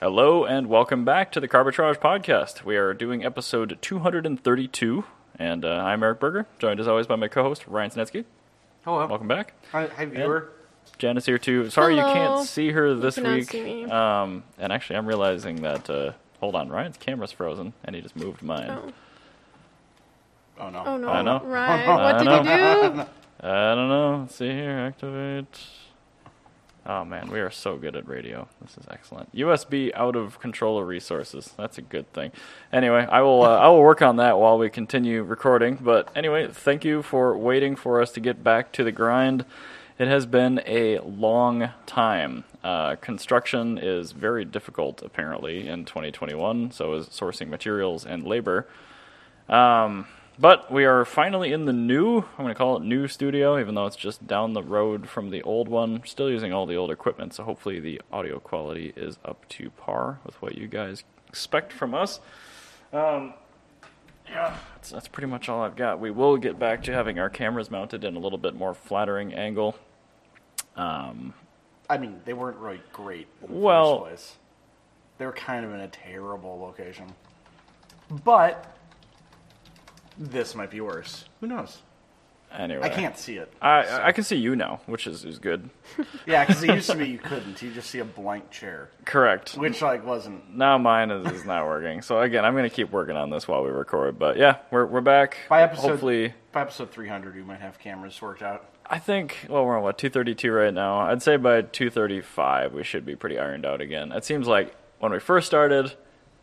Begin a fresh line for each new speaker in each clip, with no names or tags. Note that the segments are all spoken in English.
Hello and welcome back to the Carbitrage Podcast. We are doing episode 232, and uh, I'm Eric Berger, joined as always by my co-host Ryan Snetsky.
Hello.
Welcome back.
Hi, hi viewer.
Jan is here too. Sorry you
Hello.
can't see her this
cannot
week.
see me.
Um, and actually, I'm realizing that. Uh, hold on, Ryan's camera's frozen, and he just moved mine.
Oh,
Oh no.
oh no.
I know.
Right.
I
What did you do?
I don't know. Let's see here. Activate. Oh man, we are so good at radio. This is excellent. USB out of control of resources. That's a good thing. Anyway, I will uh, I will work on that while we continue recording. But anyway, thank you for waiting for us to get back to the grind. It has been a long time. Uh, construction is very difficult apparently in 2021. So is sourcing materials and labor. But we are finally in the new, I'm going to call it new studio, even though it's just down the road from the old one. Still using all the old equipment, so hopefully the audio quality is up to par with what you guys expect from us. Um, yeah, that's, that's pretty much all I've got. We will get back to having our cameras mounted in a little bit more flattering angle. Um,
I mean, they weren't really great. In the
Well-
first place. they were kind of in a terrible location. But this might be worse. Who knows?
anyway.
I can't see it.
I- I, I can see you now, which is, is good.
Yeah, because it used to be you couldn't. You just see a blank chair,
Correct.
which like wasn't.
Now mine is, is not working. So again, I'm gonna keep working on this while we record. But yeah, we're we're back.
By episode-
Hopefully,
By episode 300, you might have cameras worked out.
I think. Well, we're on what 232 right now. I'd say by 235 we should be pretty ironed out again. It seems like when we first started,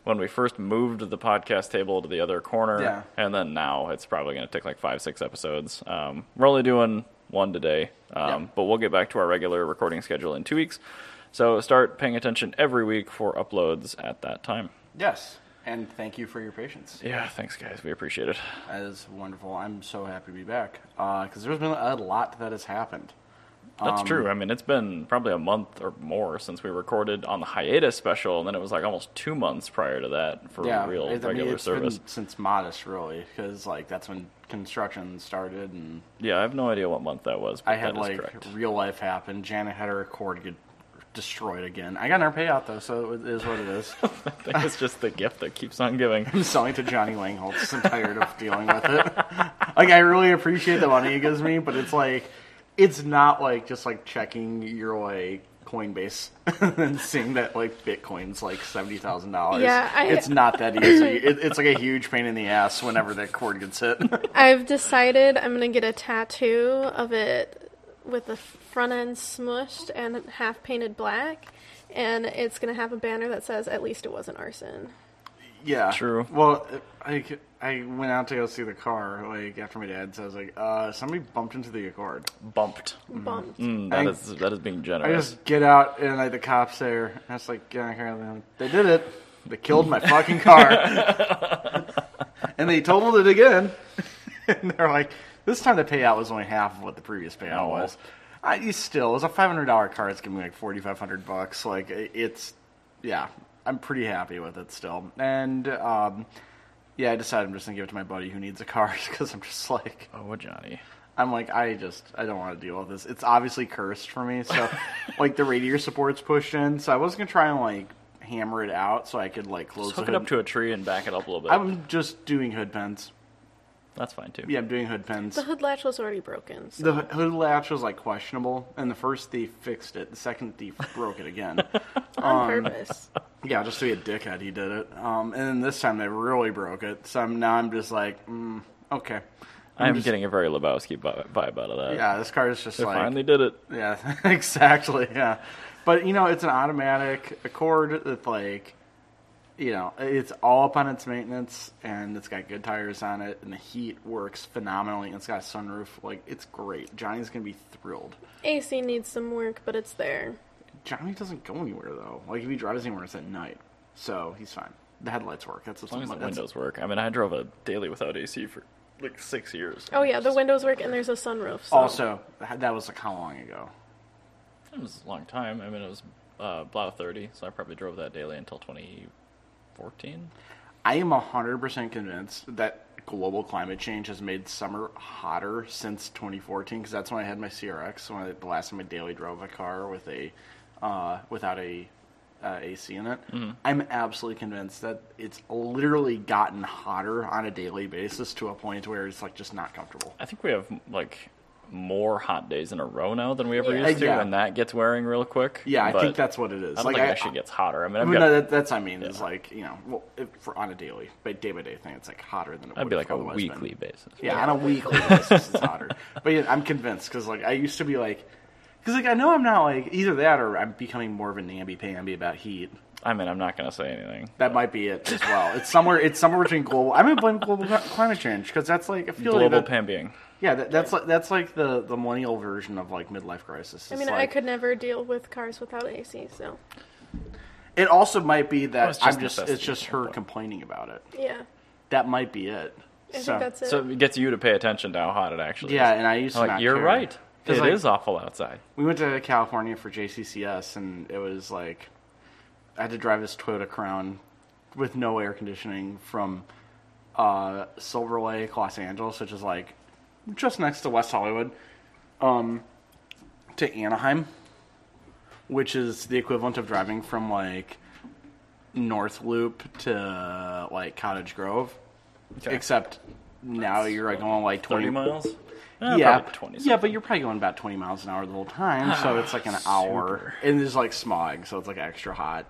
when we first moved the podcast table to the other corner,
Yeah.
and then now it's probably gonna take like five six episodes. Um, we're only doing one today, um,
Yeah.
but we'll get back to our regular recording schedule in two weeks. So start paying attention every week for uploads at that time.
Yes, and thank you for your patience.
Yeah, thanks guys. We appreciate it.
That is wonderful. I'm so happy to be back because there's been a lot that has happened.
That's
Um,
true. I mean, it's been probably a month or more since we recorded on the hiatus special, and then it was like almost two months prior to that for real
I- I mean,
regular
it's
service.
Been since modest, really, because like that's when construction started, and
Yeah, I have no idea what month that was. But
I had
that is
like
correct.
real life happen. Janet had her cord get destroyed again. I got her payout though, so it is what it is.
I think it's just the gift that keeps on giving.
I'm selling to Johnny Langholtz. I'm tired of dealing with it. Like I really appreciate the money he gives me, but it's like it's not like just like checking your like Coinbase and seeing that like Bitcoin's like seventy thousand dollars.
Yeah, I-
it's not that easy. It, it's like a huge pain in the ass whenever that cord gets hit.
I've decided I'm gonna get a tattoo of it with the front end smushed and half painted black, and it's gonna have a banner that says "At least it wasn't arson."
Yeah.
True.
Well, I, I went out to go see the car, like, after my dad, so I was like, uh, somebody bumped into the Accord.
Bumped.
Bumped.
Mm, that
I-
is that is being
I
generous.
just get out, and, like, the cops there, and I was like, yeah, I hear them. They did it. They killed my fucking car. and they totaled it again. and they're like, this time the payout was only half of what the previous payout
Oh.
was. I, you still, it was a $500 car. It's giving me, like, 4500 bucks. Like, it- it's, yeah, I'm pretty happy with it still. And, um,. Yeah, I decided I'm just gonna give it to my buddy who needs a car because I'm just like
oh, Johnny.
I'm like I just I don't want to deal with this. It's obviously cursed for me, so like the radiator support's pushed in, so I was gonna try and like hammer it out so I could like close
Just hook
the
it
hood.
up to a tree and back it up a little bit.
I'm just doing hood pins.
That's fine too.
Yeah, I'm doing hood pins.
The hood latch was already broken. So.
The ho- hood latch was like questionable, and the first thief fixed it. The second thief broke it again.
on purpose.
Yeah, just to be a dickhead, he did it. Um, and then this time they really broke it. So I'm, now I'm just like, mm, okay.
I'm,
just-
getting a very Lebowski vi- vibe out of that.
Yeah, this car is just
They
like
finally did it.
Yeah, exactly. Yeah, but you know, it's an automatic Accord that like, you know, it's all up on its maintenance, and it's got good tires on it, and the heat works phenomenally, and it's got a sunroof. Like, it's great. Johnny's gonna be thrilled.
AC needs some work, but it's there.
Johnny doesn't go anywhere though. Like, if he drives anywhere, it's at night, so he's fine. The headlights work. That's
As long as the
that's-
windows work. I mean, I drove a daily without AC for like six years.
Oh yeah, the windows work and there's a sunroof. So.
Also, that was like how long ago?
It was a long time. I mean, it was uh, Blau 30, so I probably drove that daily until 2014.
I am 100% convinced that global climate change has made summer hotter since 2014 because that's when I had my CRX, when I, the last time I daily drove a car with a uh, without a uh, AC in it.
Mm-hmm.
I'm absolutely convinced that it's literally gotten hotter on a daily basis to a point where it's like just not comfortable.
I think we have like more hot days in a row now than we ever
Yeah.
used to,
Yeah.
and that gets wearing real quick.
Yeah, I
but
think that's what it is.
I don't
like
think it
I-
actually gets hotter. I mean,
I
I've
mean,
got,
no, that, that's what I mean. It's like you know, well, if, for on a daily, but day by day thing, it's like hotter than it
that'd
would
be like
have
a
otherwise been.
weekly basis.
Yeah, on a weekly basis, it's hotter. But yeah, I'm convinced because like I used to be like, because like I know I'm not like either that or I'm becoming more of a namby pamby about heat.
I mean, I'm not gonna say anything.
That might be it as well. It's somewhere. It's somewhere between global. I'm gonna blame global cli- climate change because that's like I feel
Global
like that,
pambying.
yeah, that, that's like that's like the the millennial version of like midlife crisis.
I
It's
mean, I
like-
could never deal with cars without AC, so
It also might be that
Well, it's just
I'm just it's
necessity.
just her complaining about it.
yeah.
That might be it.
I
So-
think that's it.
So it gets you to pay attention to how hot it actually
Yeah,
is.
and I used to
like
not
you're
care.
right. It
'Cause,
is
like,
awful outside.
We went to California for JCCS, and it was like I had to drive this Toyota Crown with no air conditioning from uh, Silver Lake, Los Angeles, which is like just next to West Hollywood, um, to Anaheim, which is the equivalent of driving from like North Loop to like Cottage Grove,
Okay.
except now you're like going like
Thirty
20
miles. Eh,
yeah,
probably twenty. Ah,
yeah, but you're probably going about 20 miles an hour the whole time, so it's like an hour, and there's like smog, so it's like extra hot,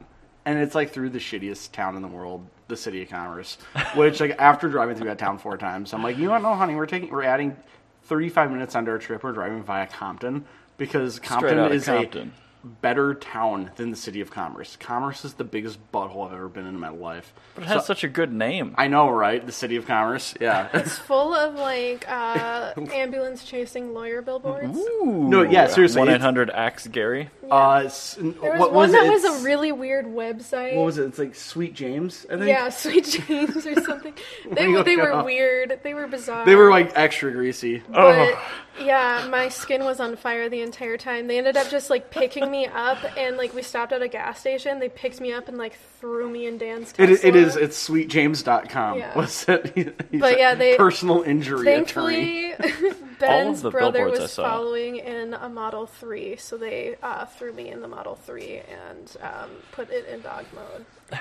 and it's like through the shittiest town in the world, the city of Commerce, which like after driving through that town four times, I'm like, you don't know, honey, we're taking, we're adding 35 minutes onto our trip, we're driving via Compton because Compton
outta
is
Compton.
a better town than the city of Commerce. Commerce is the biggest butthole I've ever been in in my life.
But it has
So-
such a good name.
I know, right? The city of Commerce, yeah.
it's full of like uh, ambulance chasing lawyer billboards.
no,
yeah, seriously,
One
it's-
eight hundred Axe Gary.
Uh, s-
There was
what
one that
it?
was a really weird website.
what was it? It's like Sweet James, I think.
Yeah, Sweet James or something. They
Look
they
it
were
up.
weird. They were bizarre.
They were like extra greasy.
Oh.
But, yeah, my skin was on fire the entire time. They ended up just like picking me up, and like we stopped at a gas station. They picked me up and like threw me in Dan's
It,
Tesla.
it is. It's sweetjames.com.
Yeah.
What's it? He's
But
a
yeah, they-
personal injury attorney.
Thankfully, Ben's
the
brother
billboards I
was
saw.
following in a Model 3, so they uh, threw me in the Model 3 and um, put it in dog mode.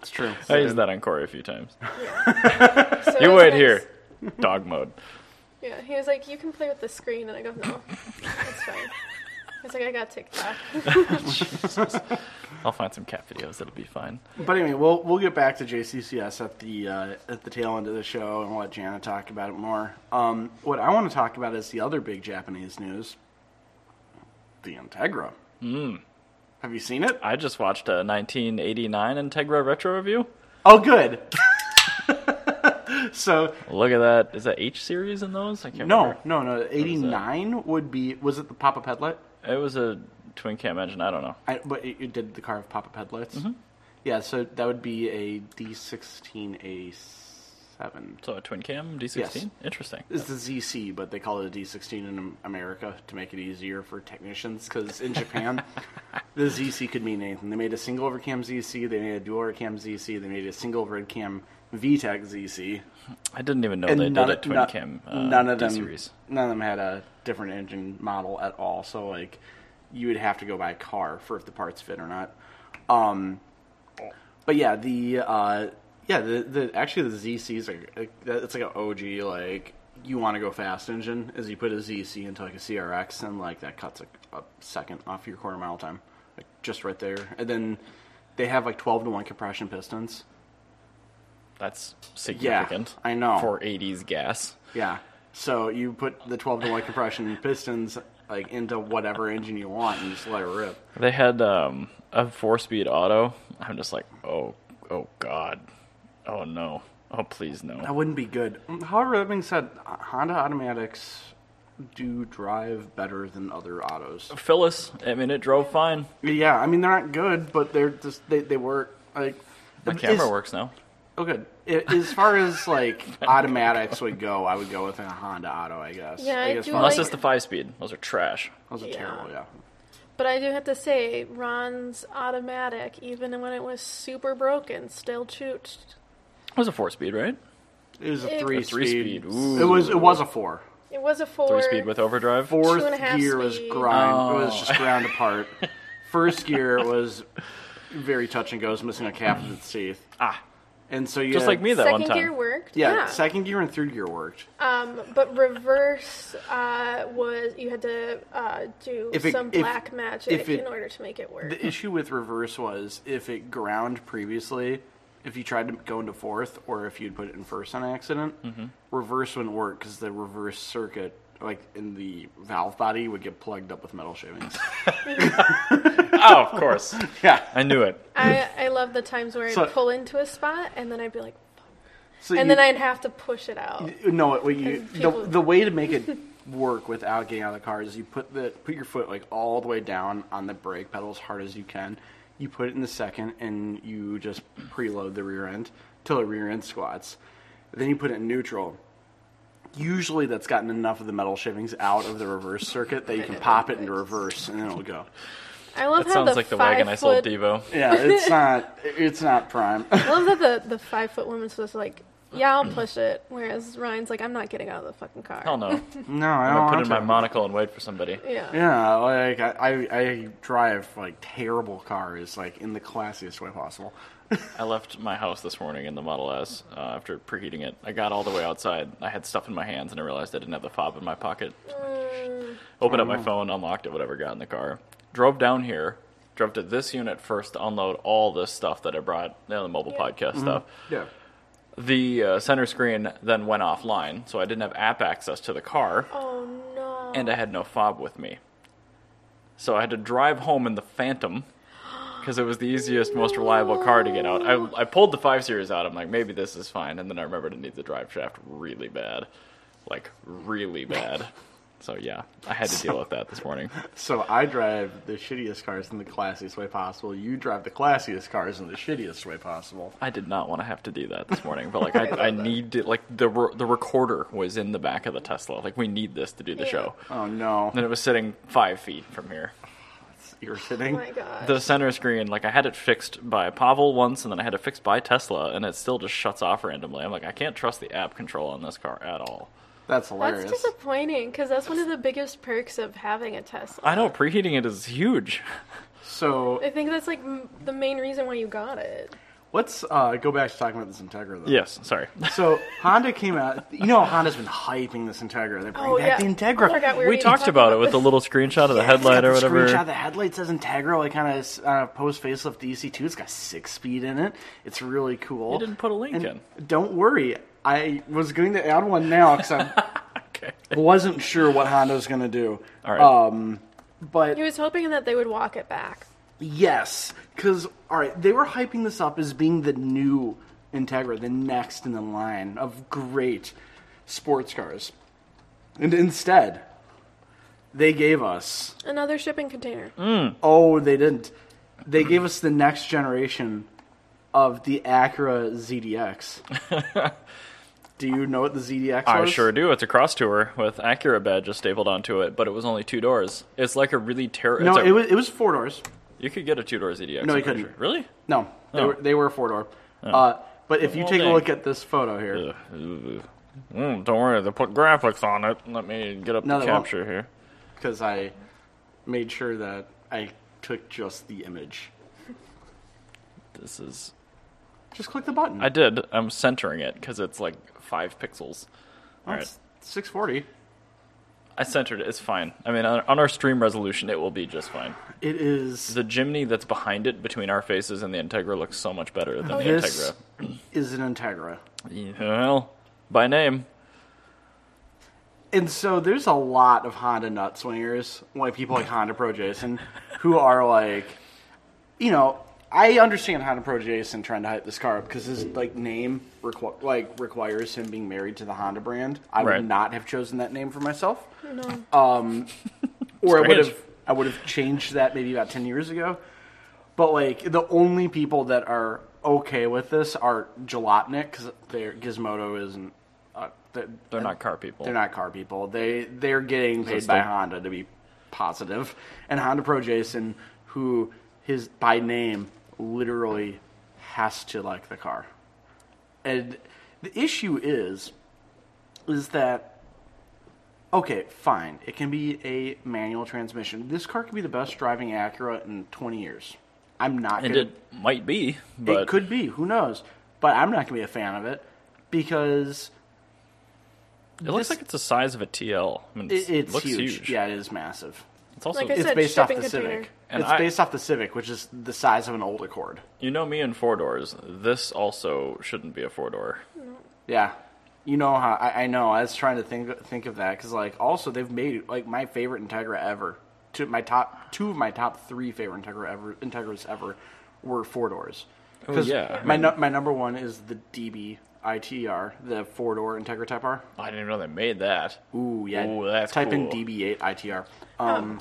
It's true.
I used that on Corey a few times.
So it
You
was
wait
nice.
here. Dog mode.
Yeah, he was like, "You can play with the screen," and I go, "No, that's fine." He's like, "I got TikTok."
I'll find some cat videos. It'll be fine.
But anyway, we'll we'll get back to JCCS at the uh, at the tail end of the show, and we'll let Jana talk about it more. Um, what I want to talk about is the other big Japanese news, the Integra. Mm.
Hmm.
Have you seen it?
I just watched a 1989 Integra retro review.
Oh, good. so
Look at that. Is that H series in those? I can't
no,
remember.
no, no. Eighty nine would be. Was it the pop up headlight?
It was a twin cam engine. I don't know.
I, but it, it did the car of pop-up headlights. Yeah, so that would be a D16A7.
So a twin cam D16.
Yes.
Interesting.
It's the ZC, but they call it a D16 in Am- America to make it easier for technicians. Because in Japan, the ZC could mean anything. They made a single overcam ZC. They made a dual overcam ZC. They made a single overcam VTEC ZC.
I didn't even know they did
none
a
of-
twin
no-
cam uh,
none of
D
them,
series.
None of them had a different engine model at all. So like, you would have to go buy a car for if the parts fit or not. Um, but yeah, the uh, yeah the, the actually the ZCs are like, that- it's like an OG like you want to go fast engine is you put a ZC into like a CRX and like that cuts a, a second off your quarter mile time like just right there and then they have like twelve to one compression pistons.
That's significant.
I know.
For 80s gas.
Yeah. So you put the 12 to 1 compression pistons like into whatever engine you want and just let it rip.
They had um, a four speed auto. I'm just like, oh, oh God. Oh no. Oh, please
That
no.
wouldn't be good. However, that being said, Honda automatics do drive better than other autos.
Phyllis, I mean, it drove fine.
Yeah, I mean they're not good, but they're just they, they work like
My
is-
camera works now.
Oh, good. I- As far as like automatics would go, I would go with a Honda Auto, I guess.
Yeah, I
guess
do
Honda-
Unless
like-
it's the five speed. Those are trash.
those are
Yeah.
terrible. Yeah,
But I do have to say, Ron's automatic, even when it was super broken, still chooched.
It was a four speed, right?
it was a
It-
three,
A
three-speed, ooh.
It was it was a four.
It was a four.
Three speed with overdrive.
fourth
Two and a half
gear was
speed.
Oh.
grind. It was just ground apart. first year was very touch and goes, missing a calf of its teeth. Ah, and so you
Just
had-
like me that one
Second
time.
gear worked.
Yeah, second year and third year worked.
Um, but reverse uh, was you had to uh, do
If it-
some
if-
black magic
if it-
in order to make it work.
The issue with reverse was if it ground previously, if you tried to go into fourth or if you'd put it in first on accident,
Mm-hmm.
reverse wouldn't work because the reverse circuit, like in the valve body, would get plugged up with metal shavings.
Oh, of course.
yeah.
I knew it.
I, I love the times where I'd
So-
pull into a spot and then I'd be like, "Fuck."
So
and
you-
then I'd have to push it out.
No, what you, the,
people-
the way to make it work without getting out of the car is you put the put your foot like all the way down on the brake pedal as hard as you can. You put it in the second, and you just preload the rear end till the rear end squats. Then you put it in neutral. Usually, that's gotten enough of the metal shavings out of the reverse circuit that you can pop it into reverse, and then it'll go.
I love
That
how
sounds
the
like the
five
wagon I sold
foot,
Devo.
Yeah, it's not it's not prime.
I love that the, the five foot woman's was like, yeah, I'll push it, whereas Ryan's like, I'm not getting out of the fucking car.
Hell no.
No, I
I'm
don't
gonna put
want
in my
to.
monocle and wait for somebody.
Yeah.
Yeah, like I, I, I drive like terrible cars, like in the classiest way possible.
I left my house this morning in the Model S uh, after preheating it. I got all the way outside. I had stuff in my hands and I realized I didn't have the fob in my pocket. Opened up my phone, unlocked it, whatever, got in the car. Drove down here, drove to this unit first to unload all this stuff that I brought, you know, the mobile podcast stuff.
Yeah.
The uh, center screen then went offline, so I didn't have app access to the car.
Oh no.
and I had no fob with me. So I had to drive home in the Phantom because it was the easiest, most reliable car to get out. I, I pulled the 5 Series out. I'm like, maybe this is fine. And then I remembered it needs a drive shaft really bad. Like, really bad. So yeah, I had to deal with that this morning.
So I drive the shittiest cars in the classiest way possible. You drive the classiest cars in the shittiest way possible.
I did not want to have to do that this morning, but like I, I need to, like the re- the recorder was in the back of the Tesla. Like we need this to do the
Yeah.
show.
Oh no,
And then it was sitting five feet from here.
you're
oh
sitting.
my god.
the center screen, like I had it fixed by Pavel once, and then I had it fixed by Tesla, and it still just shuts off randomly. I'm like, I can't trust the app control on this car at all.
That's
that's
hilarious.
disappointing because that's one of the biggest perks of having a Tesla.
I know preheating it is huge.
so
I think that's like m- the main reason why you got it.
let's uh, go back to talking about this Integra though.
yes, sorry.
So Honda came out. You know Honda's been hyping this Integra. They're bringing
Oh,
back
yeah.
the Integra.
I forgot
we
were even
talked
talking
about it with the
this.
little screenshot of the headlight
It's got
or
the
whatever.
Screenshot. The headlight says Integra, like kind of uh, post facelift DC2. It's got six speed in it. It's really cool.
You didn't put a link
And
in.
Don't worry, I was going to add one now because I
Okay.
wasn't sure what Honda was going to do.
All right.
Um, but
He was hoping that they would walk it back.
yes, because all right, they were hyping this up as being the new Integra, the next in the line of great sports cars, and instead, they gave us
Another shipping container.
Mm.
Oh, they didn't. They gave us the next generation of the Acura ZDX. Do you know what the ZDX
I
was?
sure do. It's a cross tour with Acura badges stapled onto it, but it was only two doors. It's like a really terrible.
No, it was it was four doors.
You could get a two door ZDX.
No,
I'm pretty
you couldn't.
sure. Really?
No, they
Oh.
were they were four door. Uh, but if you
Well,
take
dang.
a look at this photo here,
Ugh. Ugh. Mm, don't worry, they put graphics on it. Let me get up
No,
the
they won't.
capture here.
because I made sure that I took just the image.
This is
Just click the button.
I did. I'm centering it because it's like five pixels. All right,
That's 640.
I centered it. It's fine. I mean, on, on our stream resolution, it will be just fine.
It is.
The chimney that's behind it, between our faces and the Integra, looks so much better than the
this is an Integra.
Integra. Well, by name,
And so there's a lot of Honda nut swingers, like people like Honda Pro Jason, who are like, you know, I understand Honda Pro Jason trying to hype this car up because his like name requ- like requires him being married to the Honda brand. I
Right.
would not have chosen that name for myself, Um,
No.
or I would
Strange.
have I would have changed that maybe about ten years ago. But like the only people that are okay with this are Jalopnik because Gizmodo isn't. Uh,
they're not car people.
they're not car people. They they're getting paid
still-
by Honda to be positive, and Honda Pro Jason, who his by name literally has to like the car, and the issue is, is that Okay, fine. It can be a manual transmission. This car could be the best driving Acura in 20 years. I'm not
And
gonna.
it might be, but
it could be. Who knows? But I'm not gonna be a fan of it because
it looks
this-
like it's the size of a TL. I mean,
it, it's
looks
huge.
huge.
Yeah, it is massive.
It's also
Like I
It's
said,
based off the
shipping container.
Civic.
And
it's
I-
based off the Civic, which is the size of an old Accord.
you know me in four doors. This also shouldn't be a four door.
Yeah, you know how I, I know. I was trying to think think of that because like also they've made like my favorite Integra ever. Two my top two of my top three favorite Integra ever Integras ever were four doors.
Oh,
'Cause
yeah, I
my nu- my number one is the DB ITR, E the four door Integra Type R.
I didn't even know they made that.
Ooh yeah,
Ooh, that's
type in
cool.
DB8 ITR.
Oh.
Um,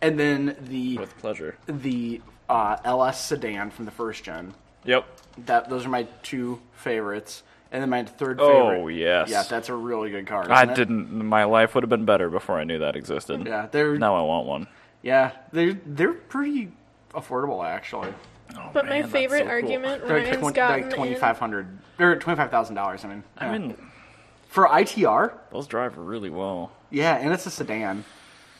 and then the
With pleasure.
the uh, LS sedan from the first gen.
Yep.
That those are my two favorites, and then my third.
Oh,
favorite,
yes.
yeah, that's a really good car.
I
isn't it?
didn't. My life would have been better before I knew that existed.
Yeah, they're
Now I want one.
yeah they're they're pretty affordable actually.
But
Oh, man,
my
that's
favorite
so cool.
argument
They're
Ryan's
like, twen-
gotten
like
in-
twenty five hundred or twenty five thousand dollars. I mean,
I
yeah.
mean,
for ITR,
those drive really well.
yeah, and it's a sedan,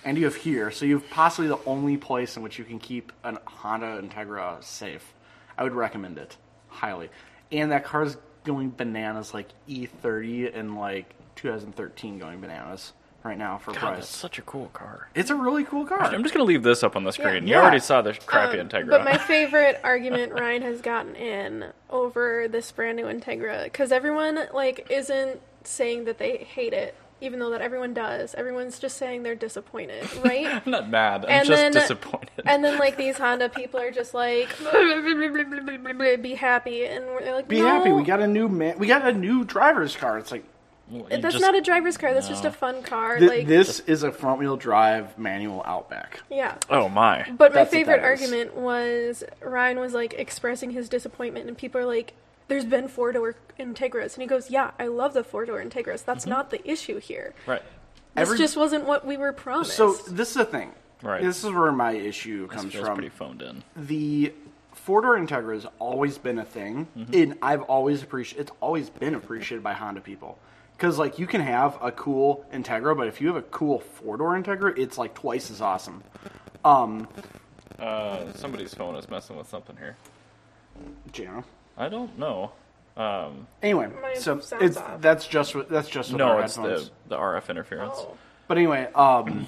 and you have here, so you have possibly the only place in which you can keep an Honda Integra safe. I would recommend it highly, and that car's going bananas like E30 and like 2013 going bananas right now for
God, that's
price.
such a cool car.
It's a really cool car.
I'm just gonna leave this up on the screen. You
Yeah.
already saw the crappy
Um,
Integra.
But my favorite argument Ryan has gotten in over this brand new Integra because everyone like isn't saying that they hate it, even though that everyone does. Everyone's just saying they're disappointed, right?
I'm not mad. I'm
And
just
then- uh,
disappointed.
and then like these Honda people are just like, be happy, and we're they're like,
Be
no,
happy. We got a new man. We got a new driver's car. It's like
Well, you
That's
just-
not a driver's car. That's just a fun car.
Th-
like
this is a front wheel drive manual Outback.
yeah.
Oh my!
But
That's
my
what
favorite
that is.
argument was Ryan was like expressing his disappointment, and people are like, "There's been four door Integras," and he goes, "Yeah, I love the four door Integras. That's not the issue here.
Right.
This
Mm-hmm. Every-
just wasn't what we were promised."
So this is the thing.
Right.
This is where my issue
This
comes
feels
from.
pretty phoned in.
the four door Integra has always been a thing,
Mm-hmm.
and I've always appreciated. It's always been appreciated by Honda people because like you can have a cool Integra, but if you have a cool four door Integra, it's like twice as awesome. Oh,
Uh, somebody's phone is messing with something here.
You know.
I don't know. Um,
Anyway,
My
so
sound's
it's
off.
that's just what that's just what
no,
our
it's
headphones.
the the RF interference.
Oh.
But anyway, um,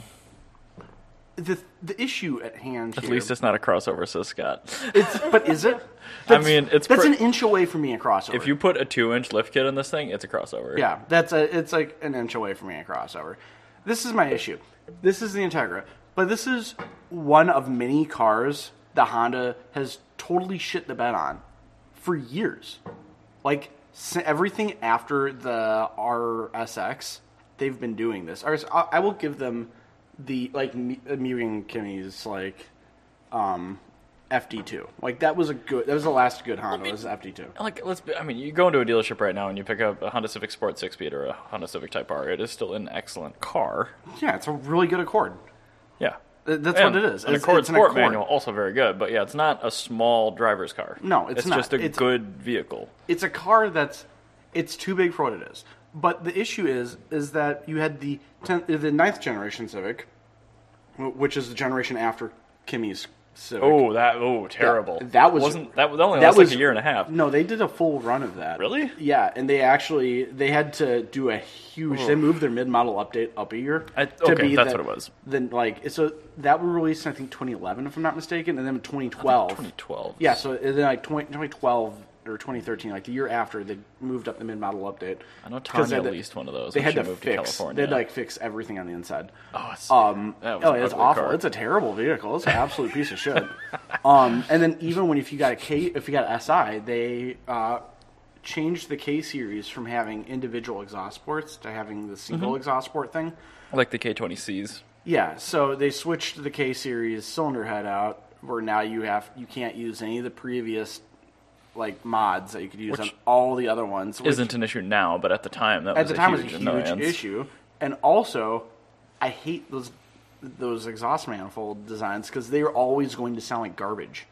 the the issue at hand.
At least it's not a crossover, so Scott.
it's but is it?
I mean, it's
that's
pre-
an inch away from me a crossover.
if you put a two-inch lift kit on this thing, it's a crossover.
yeah, that's a it's like an inch away from me a crossover. This is my issue. This is the Integra, but this is one of many cars that Honda has totally shit the bed on for years. Like s- everything after the RSX, they've been doing this. RS, I, I will give them the like me- uh, Mugen Kimmy's like um FD2. Like that was a good. That was the last good Honda. was FD2.
Like, let's. Be, I mean, you go into a dealership right now and you pick up a Honda Civic Sport six-speed or a Honda Civic Type R. It is still an excellent car.
Yeah, it's a really good Accord.
Yeah.
Th- that's
And
what it is.
An
It's-
Accord
it's an
Sport
Accord.
manual, also very good, but yeah, it's not a small driver's car.
No, it's not.
just a
It's-
good vehicle.
it's a car that's it's too big for what it is. But the issue is is that you had the tenth, the ninth generation Civic, wh- which is the generation after Kimmy's Civic.
Oh, that oh, terrible.
That- that was-
wasn't that, was only
that
lasted
was
like a year and a half.
No, they did a full run of that.
Really?
Yeah, and they actually they had to do a huge. They moved their mid model update up a year
Oh. I-
to
okay,
be
that's
the-
what it was.
Then like so that were released in, I think 2011 if I'm not mistaken, and then 2012.
2012.
Yeah, so and then like 20, 2012 or 2013, like the year after, they moved up the mid model update.
I know
Because they
Tanya
had to-
leased one of those.
They
when
had
she
to
moved
fix.
to California.
They had to like fix everything on the inside.
oh, it's,
Um,
that was
oh,
an
it's
ugly
awful.
car.
It's a terrible vehicle. It's an absolute piece of shit. Um, and then even when if you got a K, if you got a SI, they uh, changed the K series from having individual exhaust ports to having the single
Mm-hmm.
exhaust port thing.
like the K20Cs.
Yeah, so they switched the K series cylinder head out, where now you have you can't use any of the previous like mods that you could use
Which
on all the other ones. Which
Isn't an issue now, but at the time that
at
was
the
a
time
huge
it was a huge
annoyance.
issue, and also I hate those those exhaust manifold designs because they are always going to sound like garbage.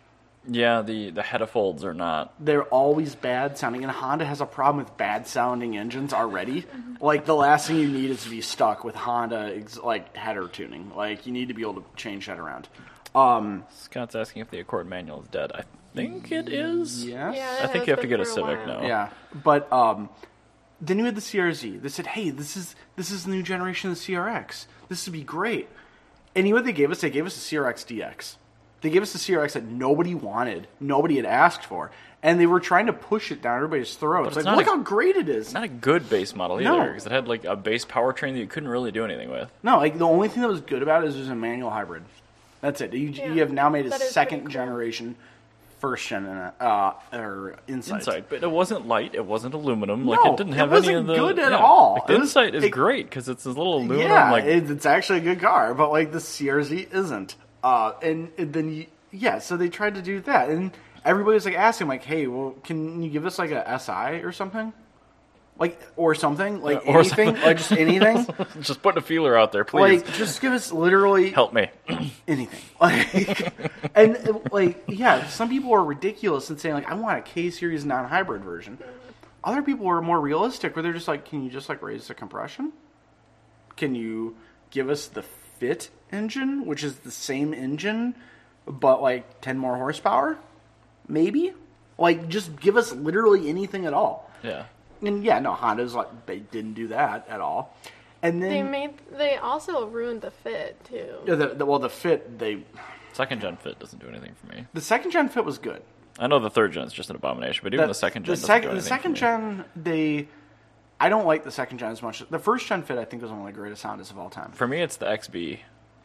Yeah, the the headafolds are not.
They're always bad sounding, and Honda has a problem with bad sounding engines already. Like the last thing you need is to be stuck with Honda ex- like header tuning. Like you need to be able to change that around. Um,
Scott's asking if the Accord manual is dead. I think it is.
yes.
Yeah,
I
it
think
has
you have to
been
get a
for
Civic
while.
now.
Yeah, but um, then you had the CRZ. They said, "Hey, this is this is the new generation of the CRX. This would be great." And you know what they gave us? They gave us the CRX DX. They gave us the CRX that nobody wanted, nobody had asked for, and they were trying to push it down everybody's
it's
throats. Like,
not
look
a-
how great it is!
Not a good base model
No.
either, because it had like a base powertrain that you couldn't really do anything with.
No, like the only thing that was good about it is it was a manual hybrid. That's it. You,
Yeah,
you have now made a
that is pretty
second
cool.
generation, first gen, uh, or insight.
Insight, but it wasn't light. It wasn't aluminum. like
No,
it didn't
it
have any of
wasn't
the
good at
yeah.
all.
Like, the
It was-
Insight is
it-
great because it's this little aluminum
yeah,
like
it, it's actually a good car, but like the CRZ isn't. Uh, and, and then you, yeah, so they tried to do that, and everybody was like asking, like, "Hey, well, can you give us like a SI or something, like or something, like
Yeah, or
anything, like just anything,
just putting a feeler out there, please.
like just give us literally
Help me.
anything. Like, and uh, like, yeah, some people are ridiculous and saying like, I want a K series non-hybrid version. Other people are more realistic, where they're just like, can you just like raise the compression? Can you give us the fit engine, which is the same engine, but like ten more horsepower, maybe? Like, just give us literally anything at all.
yeah.
And yeah, no, Honda's like they didn't do that at all. And
They
then,
made they also ruined the fit too.
Yeah, the- the- well, the fit they
Second gen fit doesn't do anything for me.
the second gen fit was good.
I know the third gen is just an abomination, but even the,
That-
second gen.
The,
doesn't
sec-
do
the
anything for
second
me.
gen, they. I don't like the second gen as much. The first gen fit, I think, was one of the greatest soundists of all time.
For me, it's the XB.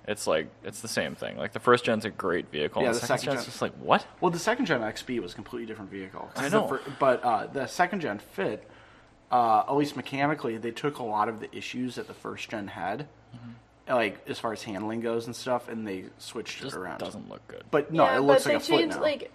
It's like it's the same thing. Like the first gen's a great vehicle.
Yeah,
and the,
the
second,
second
gen's
gen-
just like what?
Well, the second gen XB was a completely different vehicle.
I
It's the
know.
fir- but uh, the second gen fit, uh, at least mechanically, they took a lot of the issues that the first gen had, like as far as handling goes and stuff, and they switched
It Mm-hmm. just
it around.
doesn't look good.
But no,
yeah,
it looks
but
like a
they
foot
changed
now.
like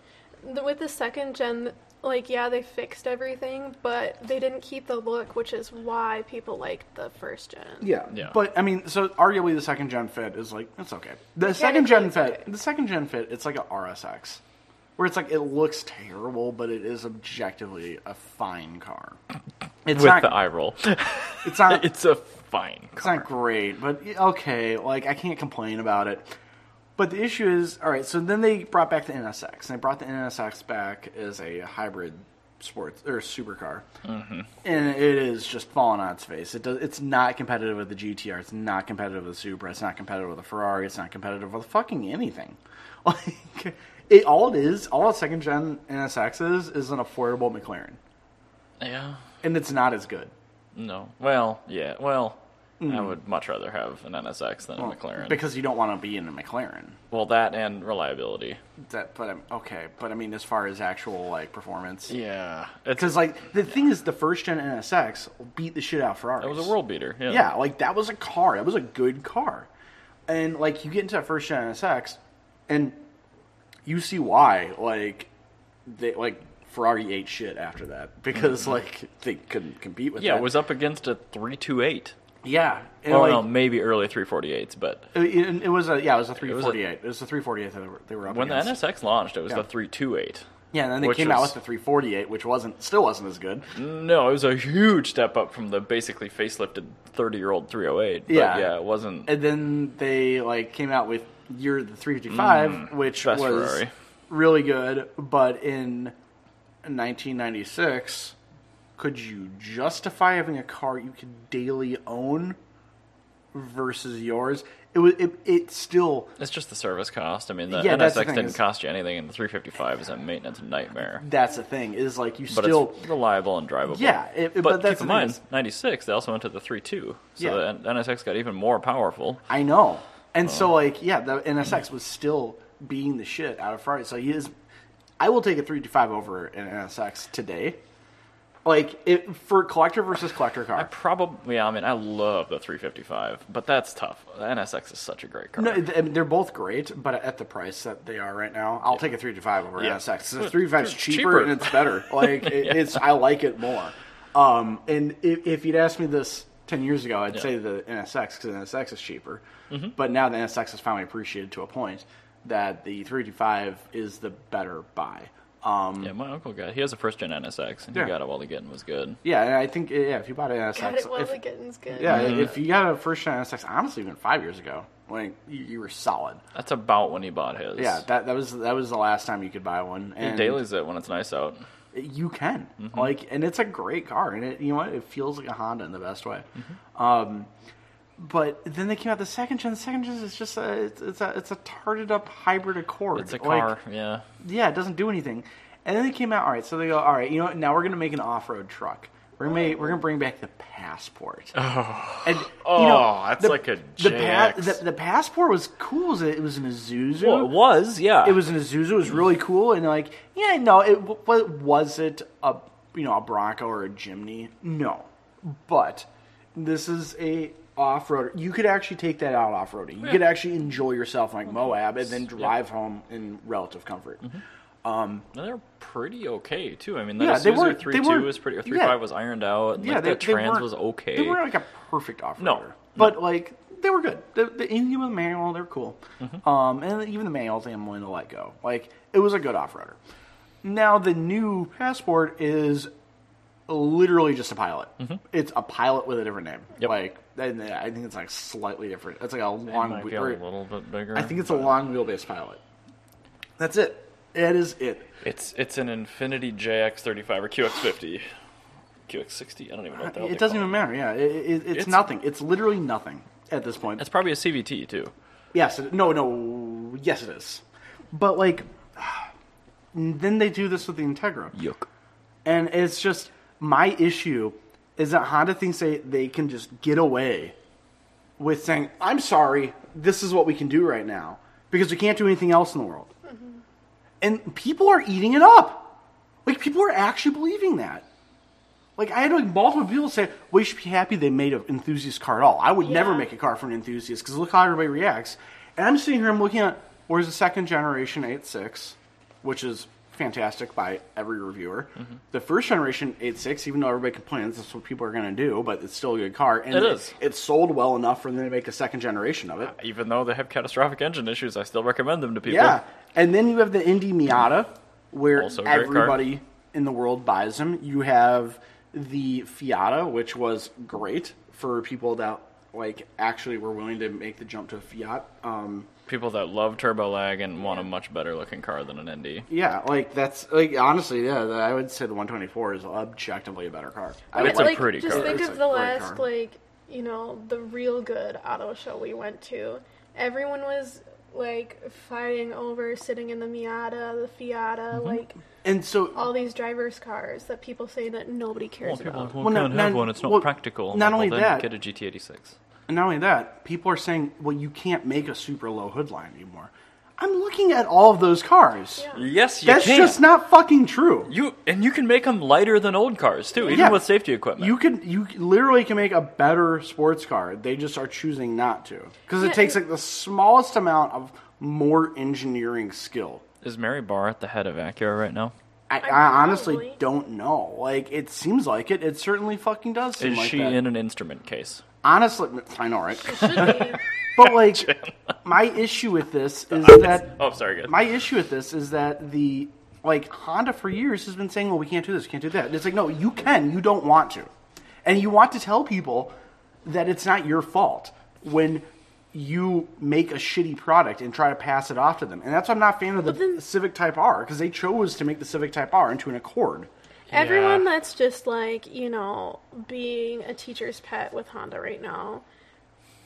the, with the second gen. Like yeah, they fixed everything, but they didn't keep the look, which is why people liked the first gen.
Yeah.
Yeah.
But I mean, so arguably the second gen fit is like it's okay. The second gen
it's okay.
fit, the second gen fit, it's like a RSX, where it's like it looks terrible, but it is objectively a fine car. It's
With
not.
the eye roll,
it's not.
it's
It's,
a fine car.
not great, but y- okay. Like I can't complain about it. But the issue is, all right. So then they brought back the NSX, and they brought the NSX back as a hybrid sports or supercar, mm-hmm. and it is just falling on its face. It does. It's not competitive with the GTR. It's not competitive with the Supra. It's not competitive with the Ferrari. It's not competitive with fucking anything. Like it, all it is, all a second gen NSX is, is an affordable McLaren,
Yeah.
and it's not as good.
No. Well, yeah. Well, I would much rather have an NSX than a McLaren.
Hmm. because you don't want to be in a McLaren.
well, that and reliability.
That, but I'm okay. But I mean, as far as actual like performance,
Yeah. It's
Because like the thing is, the first gen NSX beat the shit out of Ferrari.
it was a world beater. Yeah.
Yeah, like that was a car. That was a good car, and like you get into that first gen NSX, and you see why like they like Ferrari ate shit after that because like they couldn't compete with
Mm-hmm. Yeah,
that.
it was up against a 328.
yeah. And,
Oh,
like,
no, maybe early 348s, but
it, it- it was a yeah, it was
was
a
a-
348. It was a 348 that they were, they were up
when the
against.
NSX launched, it was
Yeah.
the 328.
yeah, and then they
which
came out
was-
with the 348, which wasn't still wasn't as good.
No, it was a huge step up from the basically facelifted 30 year old 308. But
Yeah.
yeah. it wasn't.
and then they like came out with Year of the 355, which was
Mm, best Ferrari.
really good. But in 1996, could you justify having a car you could daily own versus yours? It was it, it still
it's just the service cost. I mean, the
Yeah, that's the
NSX
thing
didn't
is-
cost you anything, and the 355 is a maintenance nightmare.
that's the thing is like you
But
still
it's reliable and drivable.
yeah it, but,
But,
that's
keep in
the thing
mind,
is-
96, they also went to the 3.2. So
Yeah.
the N- NSX got even more powerful.
I know. And so, like, yeah, the NSX was still beating the shit out of Ferrari. So he is. I will take a three to five over an NSX today. Like it, for collector versus collector car.
Probably, yeah, I mean, I love the 355, but that's tough. The NSX is such a great car.
No, th- I mean, they're both great, but at the price that they are right now, I'll take a three to five over
Yeah.
an NSX. The
Well,
three to five is
they're
cheaper,
cheaper.
and it's better. Like it, it's, I like it more. Um, and if, if you'd asked me this ten years ago,
Mm-hmm.
I'd say the NSX because the NSX is cheaper. But now the NSX is finally appreciated to a point. that the 325 is the better buy. Um,
Yeah, my uncle got. He has a first gen NSX, and
Yeah.
he got it while the getting was good.
yeah, and I think yeah, if you bought an NSX,
Got it while
if-
the getting's good.
yeah,
Mm-hmm.
if you got a first gen NSX, honestly, even five years ago, like you, you were solid.
That's about when he bought his.
Yeah, that that was that was the last time you could buy one.
he
And
dailies it when it's nice out.
you can like, and it's a great car, and it you know what, it feels like a Honda in the best way. Um, but then they came out the second gen. The second gen is just a it's, it's a it's a tarted up hybrid Accord.
It's a
Like,
car. yeah.
yeah, it doesn't do anything. And then they came out. All right, so they go. All right, you know what? Now we're gonna make an off-road truck. We're gonna make, we're gonna bring back the passport. Oh, and, you know,
Oh, that's
the-
like a
the, pa-
JX.
the the passport was cool. It was an Isuzu.
Well, it was. Yeah.
It was an Isuzu. It was really cool. And like, yeah, no, it w- w- was it a you know a Bronco or a Jimny? No, but this is a off roader. You could actually take that out off roading. You could actually enjoy yourself like Moab and then drive home in relative comfort.
And They're pretty okay too. I mean, that
Yeah, they
Isuzu
were- they
3.2
were-
was pretty. Or
yeah.
3.5 was ironed out. And
Yeah,
like,
they,
the
they
trans
weren't-
was okay.
They weren't like a perfect off roader.
No,
but like they were good. The, the even with the manual, they're cool.
Mm-hmm.
Um, and even the manual thing, I'm willing to let go. Like it was a good off roader. Now the new passport is literally just a pilot. It's a pilot with a different name.
Mm-hmm. Yep.
Like and I think it's like slightly different. It's like a long.
might be a
or-
little bit bigger.
I think it's a long wheelbase pilot. That's it. That is it.
It's it's an Infinity JX35 or QX50, QX60. I don't even know what the hell they
It doesn't
call
even matter. Yeah, it, it, it's,
It's-
nothing. It's literally nothing at this point.
It's probably a CVT too.
Yes. it- No. No. Yes, it is. But like, then they do this with the Integra,
Yuck.
and it's just my issue is that Honda thinks they they can just get away with saying, "I'm sorry, this is what we can do right now because we can't do anything else in the world," and people are eating it up. Like people are actually believing that. Like I had like multiple people say, "Well, you should be happy they made an enthusiast car at all." I would never
Yeah.
make a car from an enthusiast because look how everybody reacts. And I'm sitting here, I'm looking at where's the second generation 86, which is fantastic by every reviewer.
Mm-hmm.
The first generation 86, even though everybody complains, that's what people are going to do, but it's still a good car. And
It is.
It, sold well enough for them to make a second generation of it.
Even though they have catastrophic engine issues, I still recommend them to people.
Yeah. And then you have the Indy Miata, where
Also a great car.
everybody in the world buys them. You have the Fiata, which was great for people that like actually were willing to make the jump to a Fiat. Um,
People that love turbo lag and want a much better looking car than an Indy.
yeah, like that's like honestly, yeah, the- I would say the 124 is objectively a better car. I
It's
would
a
like,
like,
pretty
just
car.
think
It's
of
a
the
great
last,
car.
like, you know, the real good auto show we went to. Everyone was, like, fighting over sitting in the Miata, the Fiata, like,
and so
all these drivers' cars that people say that nobody
Well,
cares
people
about.
well,
Well,
can't
not-
have
not-
one. It's not
well,
practical.
not
Well,
only
then
that-
get a GT86.
And not only that, people are saying, well, you can't make a super low hood line anymore. I'm looking at all of those cars.
Yeah.
Yes, you
That's
can.
just not fucking true.
you and you can make them lighter than old cars too, even
Yeah.
with safety equipment.
You can you literally can make a better sports car. They just are choosing not to because
Yeah,
it takes
and-
like the smallest amount of more engineering skill.
Is Mary Barr at the head of Acura right now?
I,
I
I honestly
probably-
don't know. Like it seems like it. It certainly fucking does seem
Is
like
she
that.
in an instrument case?
honestly, I know, right?
Should be.
But like, my issue with this is that
Oh, sorry, good.
my issue with this is that the like Honda for years has been saying, "Well, we can't do this, we can't do that." And it's like, no, you can. You don't want to, and you want to tell people that it's not your fault when you make a shitty product and try to pass it off to them. And that's why I'm not a fan of the
then-
Civic Type R because they chose to make the Civic Type R into an Accord.
Everyone that's just like, you know, being a teacher's pet with Honda right now,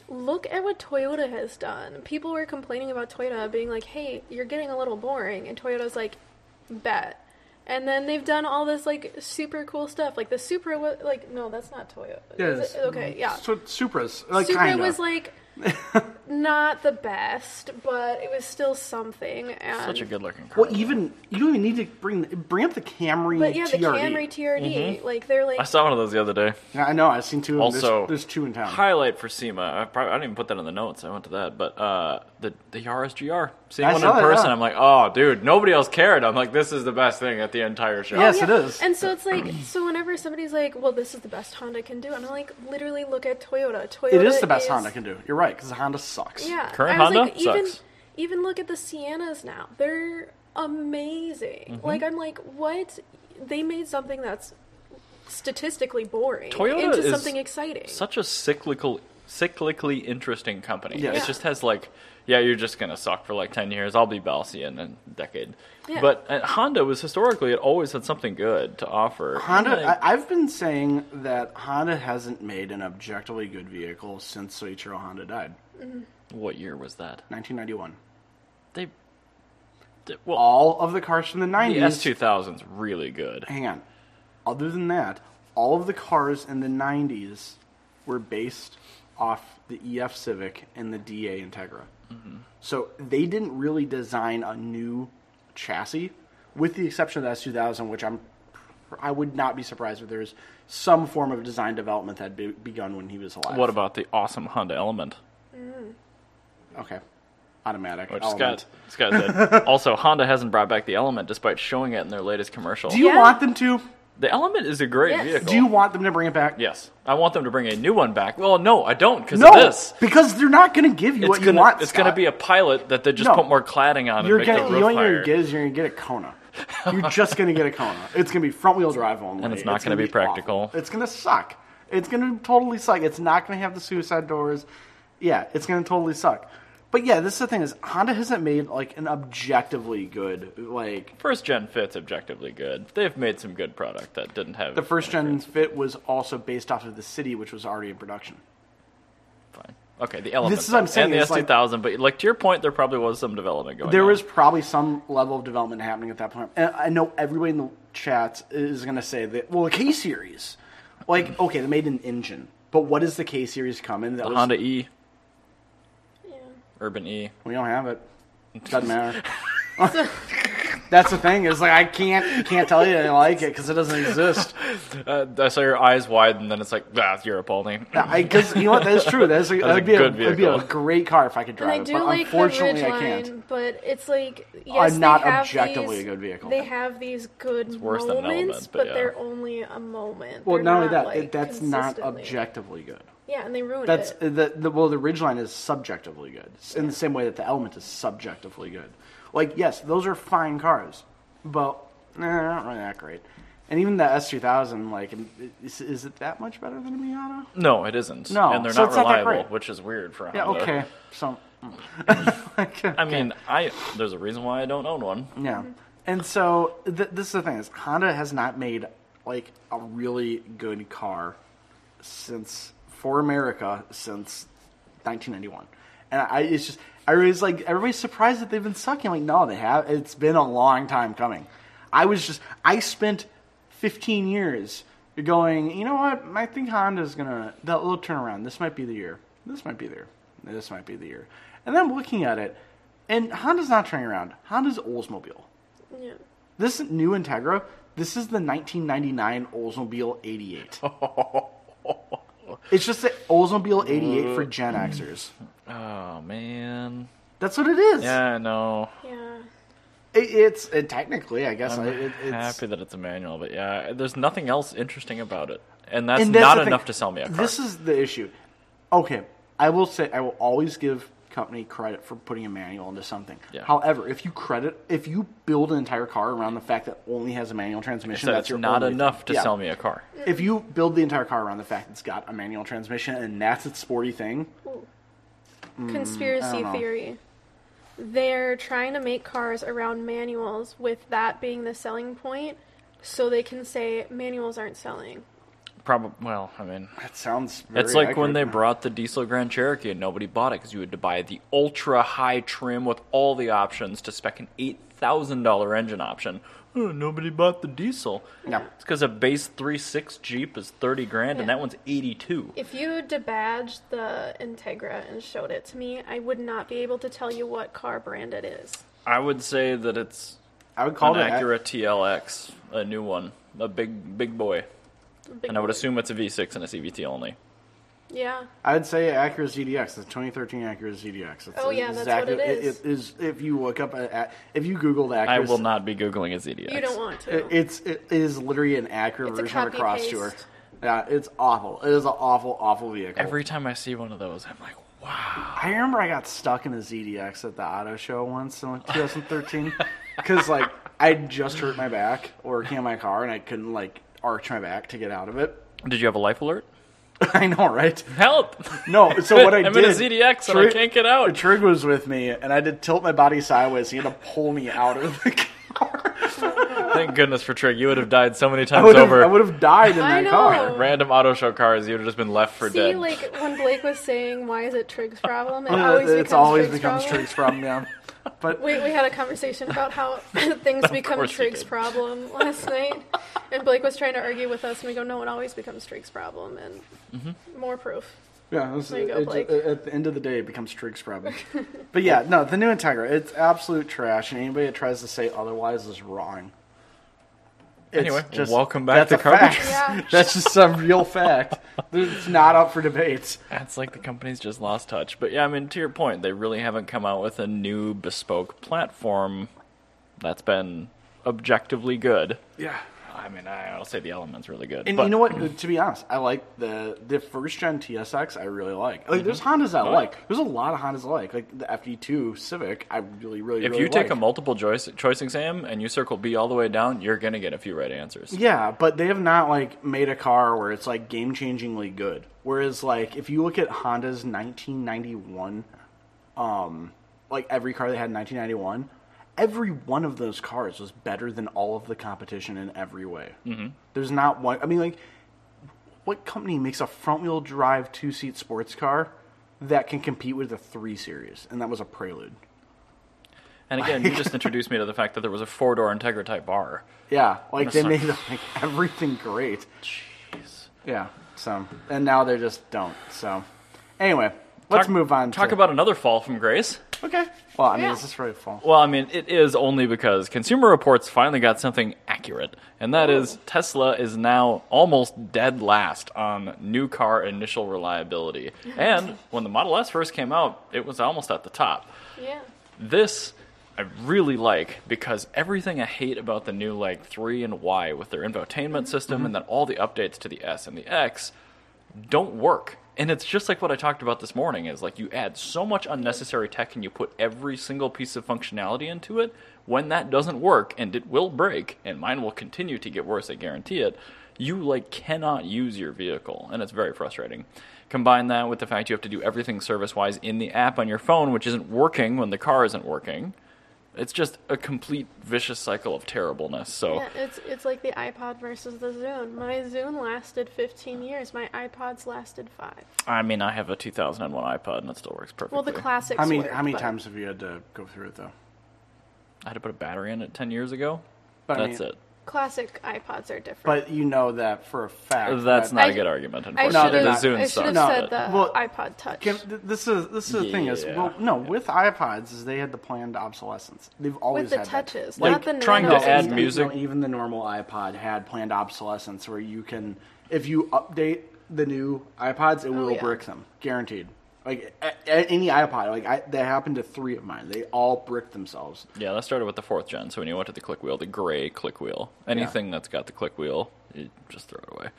look at what Toyota has done. People were complaining about Toyota being like, hey, you're getting a little boring. And Toyota's like, bet. And then they've done all this like super cool stuff. Like the Supra was like, no, that's not Toyota. Is it- Okay, yeah.
So Supras, like
Supra
kind of.
was like not the best, but it was still something. And
Such a good looking car.
Well, even you don't even need to bring bring up the Camry
But yeah, the
TRD.
Camry TRD, like they're like
Mm-hmm. I saw one of those the other day.
Yeah, I know. I've seen two. of them. There's-
Also-
there's, two in town.
Highlight for SEMA. I, probably, I didn't even put that in the notes. I went to that, but uh, the the Yaris GR. Seeing
I
one in
saw that,
person,
yeah.
I'm like, oh, dude, nobody else cared. I'm like, this is the best thing at the entire show.
Yes, it is.
And so it's like, so whenever somebody's like, "Well, this is the best Honda can do," and I'm like, literally, look at Toyota. Toyota.
It is the best Honda can do. You're right, because Honda sucks.
Yeah.
Current
I was
Honda
like, even,
sucks.
even look at the Siennas now. They're amazing.
Mm-hmm.
Like I'm like, what? They made something that's statistically boring
Toyota
into
is
something exciting.
Such a cyclical, cyclically interesting company.
Yes.
It just has like, yeah, you're just gonna suck for like ten years. I'll be bouncy in a decade.
Yeah.
But uh, Honda was historically it always had something good to offer.
Honda,
Like,
I, I've been saying that Honda hasn't made an objectively good vehicle since Soichiro Honda died,
what year was that?
1991.
They, they- well,
All of the cars from the
the
90s.
S2000's really good.
Hang on. Other than that, all of the cars in the 90s were based off the EF Civic and the DA Integra.
Mm-hmm.
So they didn't really design a new chassis, with the exception of the S2000, which I'm I would not be surprised if there was some form of design development that had be, begun when he was alive.
What about the awesome Honda Element?
Okay. Automatic.
Which
element.
Scott, Scott said. also, Honda hasn't brought back the Element despite showing it in their latest commercial.
Do you
Yeah.
want them to?
the Element is a great
Yes.
vehicle.
Do you want them to bring it back?
Yes, I want them to bring a new one back. Well, no, I don't because
No,
of this.
because they're not going to give you
It's
what
gonna
you want.
it's gonna
Scott.
be a pilot that they just
No.
put more cladding on
You're
and make
gonna,
the roof
you know what you're
higher.
gonna get is you're gonna get a Kona. You're just gonna get a Kona. It's gonna be front wheel drive only,
And it's not gonna be practical.
awful. It's gonna suck. It's gonna totally suck. It's not gonna have the suicide doors. Yeah, it's gonna totally suck. But yeah, this is the thing is Honda hasn't made like an objectively good like
First gen fit's objectively good. They've made some good product that didn't have
the first gen fit was also based off of the city, which was already in production.
Fine. Okay, the element.
This is what I'm
and
saying,
the
it's like-
S2000, but like to your point, there probably was some development going.
There
on.
was probably some level of development happening at that point. And I know everybody in the chat is going to say that, well, the K series, like, okay, they made an engine, but what does the K series come in? That
the
was,
Honda E,
Yeah.
Urban E.
We don't have it. Doesn't matter. That's the thing is like I can't can't tell you I like it because it doesn't exist.
Uh, I saw your eyes widen, and then it's like, ah, it's Europe only.
Because you know what that is true. That's that
That's a
would be a,
good
that'd be a
vehicle.
great car if I could
And I
drive it.
do
But
like the
unfortunately, I can't.
Ridgeline, but it's like yes,
not
they have
objectively
these,
a good vehicle.
They have these good
worse than an
moments,
element, but
but,
yeah.
they're only a moment.
Well,
They're
not only that,
like,
it, that's not
consistently.
objectively good.
Yeah, and they ruined
That's uh,
it.
the, the well, the ridgeline is subjectively good in the same way that the element is subjectively good. Like yes, those are fine cars, but eh, they're not really that great. And even the S two thousand, like, is, is it that much better than a Miata?
No, it isn't.
No,
and they're
so
not
it's not that
reliable,
great.
which is weird for
Yeah,
Honda.
okay. So, mm. Like,
I mean, I there's a reason why I don't own one.
yeah. And so th- this is the thing: is Honda has not made like a really good car since for America since 1991, and I it's just I was like everybody's surprised that they've been sucking. Like no, they have. It's been a long time coming. I was just I spent 15 years going. You know what? I think Honda's gonna that little turnaround. This might be the year. This might be the year. This might be the year. And then I'm looking at it, and Honda's not turning around. Honda's Oldsmobile.
yeah.
This new Integra. This is the 1999 Oldsmobile 88. It's just the Oldsmobile 88 for Gen Xers.
Oh man.
That's what it is.
Yeah, I know.
Yeah.
It, it's it, technically, I guess.
I'm
I- it, it's,
happy that it's a manual, but yeah, there's nothing else interesting about it, and that's,
and that's the
not
thing.
enough to sell me a car.
This is the issue. Okay, I will say I will always give company credit for putting a manual into something.
Yeah.
However, if you credit, if you build an entire car around the fact that it only has a manual transmission,
so
that's
that's
your
not
only thing.
enough to
Yeah.
sell me a car.
If you build the entire car around the fact it's got a manual transmission and that's its sporty thing, Mm,
Conspiracy theory. They're trying to make cars around manuals with that being the selling point so they can say manuals aren't selling.
Probably. Well, I mean,
that sounds. Very
it's like when they
accurate.
brought the diesel Grand Cherokee and nobody bought it because you had to buy the ultra high trim with all the options to spec an eight thousand dollar engine option. Oh, nobody bought the diesel.
No.
it's because a base 3.6 Jeep is thirty grand, and
Yeah.
that one's eighty two.
If you debadged the Integra and showed it to me, I would not be able to tell you what car brand it is.
I would say that it's
I would call
an
it a-
Acura TLX, a new one, a big big boy.
Big
And I would
one.
assume it's a V6 and a CVT only.
Yeah.
I'd say Acura ZDX, the 2013 Acura ZDX. It's
Oh, yeah, that's what it is.
It is if you look up a- a- if you Google the Acura,
I will not be googling a ZDX.
You don't want to.
It, it's it is literally an Acura
It's a
version of a cross
copy-paste.
tour. Yeah, it's awful. It is an awful, awful vehicle.
Every time I see one of those, I'm like,
I remember I got stuck in a ZDX at the auto show once in like 2013 because like I just hurt my back working on my car and I couldn't like arch my back to get out of it.
Did you have a life alert?
I know, right?
Help!
No, so what I
I'm
did.
in a ZDX and I
Trig-
can't get out.
Trig was with me, and I did tilt my body sideways. He had to pull me out of the car.
Thank goodness for Trig. You would have died so many
I
times
would have,
over.
I would have died in
I
that
know.
car.
Random auto show cars, you would have just been left for
See,
dead.
like when Blake was saying, "Why is it Trig's problem?" It
Uh,
always
it's
becomes
always
Trig's
becomes
problem.
Trig's problem. Yeah, but
We, we had a conversation about how things become
course you
Trig's
did.
problem last night, and Blake was trying to argue with us, and we go, "No, it always becomes Trig's problem," and
Mm-hmm.
more proof.
Yeah, it's,
There you go,
it's-
Blake.
at the end of the day, it becomes Trig's problem. but yeah, no, the new Integra, it's absolute trash, and anybody that tries to say otherwise is wrong. It's
Anyway, welcome back
that's
to
a
Carpet
fact.
Yeah.
That's just some real fact. It's not up for debate.
That's like the company's just lost touch. But yeah, I mean, to your point, they really haven't come out with a new bespoke platform that's been objectively good.
Yeah.
I mean, I- I'll say the element's really good.
And
but
you know what? Uh, To be honest, I like the the first gen TSX. I really like. Like, there's Hondas I like. There's a lot of Hondas I like. Like the FD2 Civic. I really, really.
If
really
you take
like.
a multiple choice, choice exam and you circle B all the way down, you're going to get a few right answers.
Yeah, but they have not like made a car where it's like game changingly good. Whereas like if you look at Honda's 1991, um, like every car they had in 1991, every one of those cars was better than all of the competition in every way. Mm-hmm. There's not one. I mean, like, what company makes a front wheel drive two seat sports car that can compete with the three series? And that was a Prelude.
And again, you just introduced me to the fact that there was a four door Integra Type R.
Yeah, like they
That's
made
not-
like everything great.
Jeez.
Yeah. So and now they just don't. So anyway, let's
Talk-
move on.
Talk
to,
about another fall from grace.
okay. Well, I mean,
Yeah.
is this really full?
Well, I mean, it is only because Consumer Reports finally got something accurate, and that is Tesla is now almost dead last on new car initial reliability. And when the Model S first came out, it was almost at the top.
Yeah,
This I really like because everything I hate about the new like 3 and Y with their infotainment system and then all the updates to the S and the X don't work. And it's just like what I talked about this morning is like you add so much unnecessary tech and you put every single piece of functionality into it when that doesn't work and it will break and mine will continue to get worse I guarantee it you like cannot use your vehicle and it's very frustrating combine that with the fact you have to do everything service wise in the app on your phone which isn't working when the car isn't working it's just a complete vicious cycle of terribleness so
yeah. It's it's like the iPod versus the Zune. My Zune lasted 15 years. My iPod's lasted five.
I mean I have a 2001 iPod and it still works perfectly
Well, the classics.
How many
work,
how many
but-
times have you had to go through it though?
I had to put a battery in it 10 years ago
But I
that's
mean-
it
Classic iPods are different.
But you know that for a fact.
That's
that-
not a
I-
good argument,
I
No,
unfortunately. the
they're not.
should have
Zune
I should
sucks.
have
No,
said the
well-
iPod Touch.
Can- th- This is this is the thing is
Yeah.
well no with iPods is they had the planned obsolescess. They've always
with the
had that.
touches,
Like,
not the
trying to
nanos
add
and-
even-
music.
no, even the normal iPod had planned obsolescence, where you can, if you update the new iPods, it will
Oh, yeah.
brick them, guaranteed. Like a, a- any iPod, like I, that happened to three of mine. They all bricked themselves.
Yeah, that started with the fourth gen. So when you went to the click wheel, the gray click wheel, anything that's got the click wheel, you just throw it away.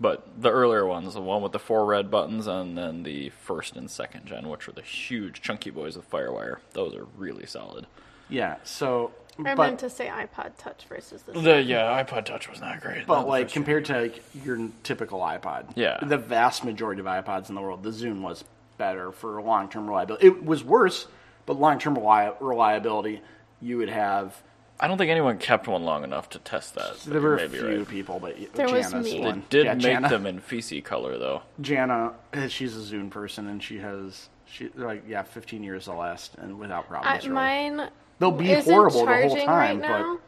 But the earlier ones, the one with the four red buttons, and then the first and second gen, which were the huge chunky boys with FireWire, those are really solid.
Yeah. So,
I
but
meant to say iPod Touch versus the.
The yeah, iPod Touch was not great.
but like compared to like, your typical iPod,
Yeah.
the vast majority of iPods in the world, the Zune was better for long term reliability. It was worse, but long term reliability, you would have.
I don't think anyone kept one long enough to test that. but
There
you
were
may
a
be
few
right.
people, but
There was
Jana's
me.
one.
Did
Yeah,
make
Jana.
them in feces color though.
Jana, eh, she's a Zune person, and she has she like yeah, fifteen years will last, and without
I,
problems. really.
mine
They'll be
isn't
horrible the
charging
whole time,
right now,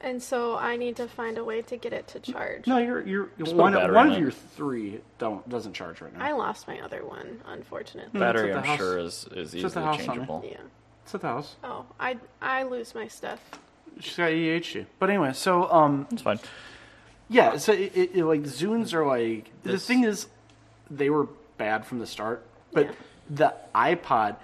and so I need to find a way to get it to charge.
but no, you're you're
put a
one,
battery
one
in
of
it.
your three don't doesn't charge right now.
I lost my other one, unfortunately.
Battery,
the
I'm
house.
sure, is is
at
easily
the house on me.
changeable.
Yeah.
It's at the house.
Oh, I I lose my stuff.
She's got EHD. But anyway, so um,
It's fine.
yeah, so it, it, it, like Zunes are like the
This-
thing is, they were bad from the start, but
Yeah.
the iPod.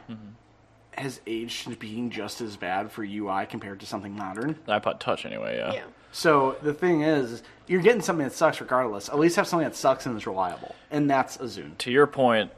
Has aged to being just as bad for UI compared to something modern.
The iPod Touch, anyway.
Yeah.
So the thing is, is you're getting something that sucks regardless. At least have something that sucks and is reliable, and that's a Zune.
to your point,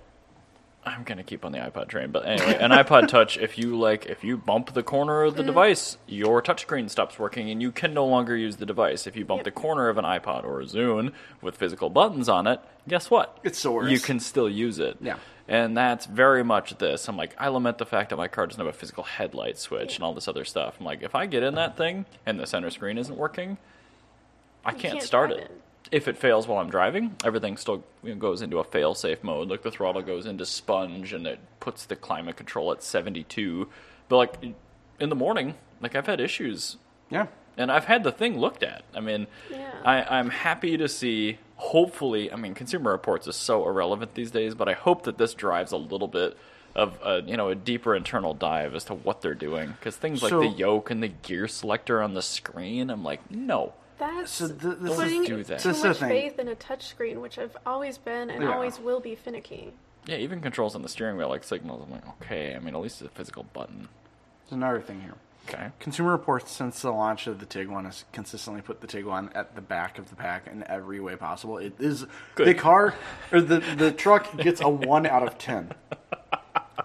I'm gonna keep on the iPod train, but anyway, an iPod Touch. If you like, if you bump the corner of the
Mm-hmm.
device, your touchscreen stops working, and you can no longer use the device. If you bump
Yep.
the corner of an iPod or a Zune with physical buttons on it, guess what?
It's the worst.
You can still use it.
Yeah.
And that's very much this. I'm like, I lament the fact that my car doesn't have a physical headlight switch and all this other stuff. I'm like, if I get in that thing and the center screen isn't working, I can't,
can't
start
drive
it.
it.
If it fails while I'm driving, everything still you know, goes into a fail-safe mode. Like the throttle goes into sponge, and it puts the climate control at 72. But like in the morning, like I've had issues,
Yeah.
and I've had the thing looked at. I mean,
Yeah.
I, I'm happy to see. Hopefully, I mean, Consumer Reports is so irrelevant these days, but I hope that this drives a little bit of a you know a deeper internal dive as to what they're doing because things like
So-
the yoke and the gear selector on the screen, I'm like, no.
That's
So th- this
putting
is
do that.
too
This is the
much
thing.
faith in a touchscreen, which I've always been and
Yeah.
always will be finicky.
Yeah, even controls on the steering wheel, like signals. I'm like, okay. I mean, at least it's a physical button.
There's another thing here.
Okay.
Consumer Reports, since the launch of the Tiguan, has consistently put the Tiguan at the back of the pack in every way possible. It is the car or the the truck gets a one out of ten.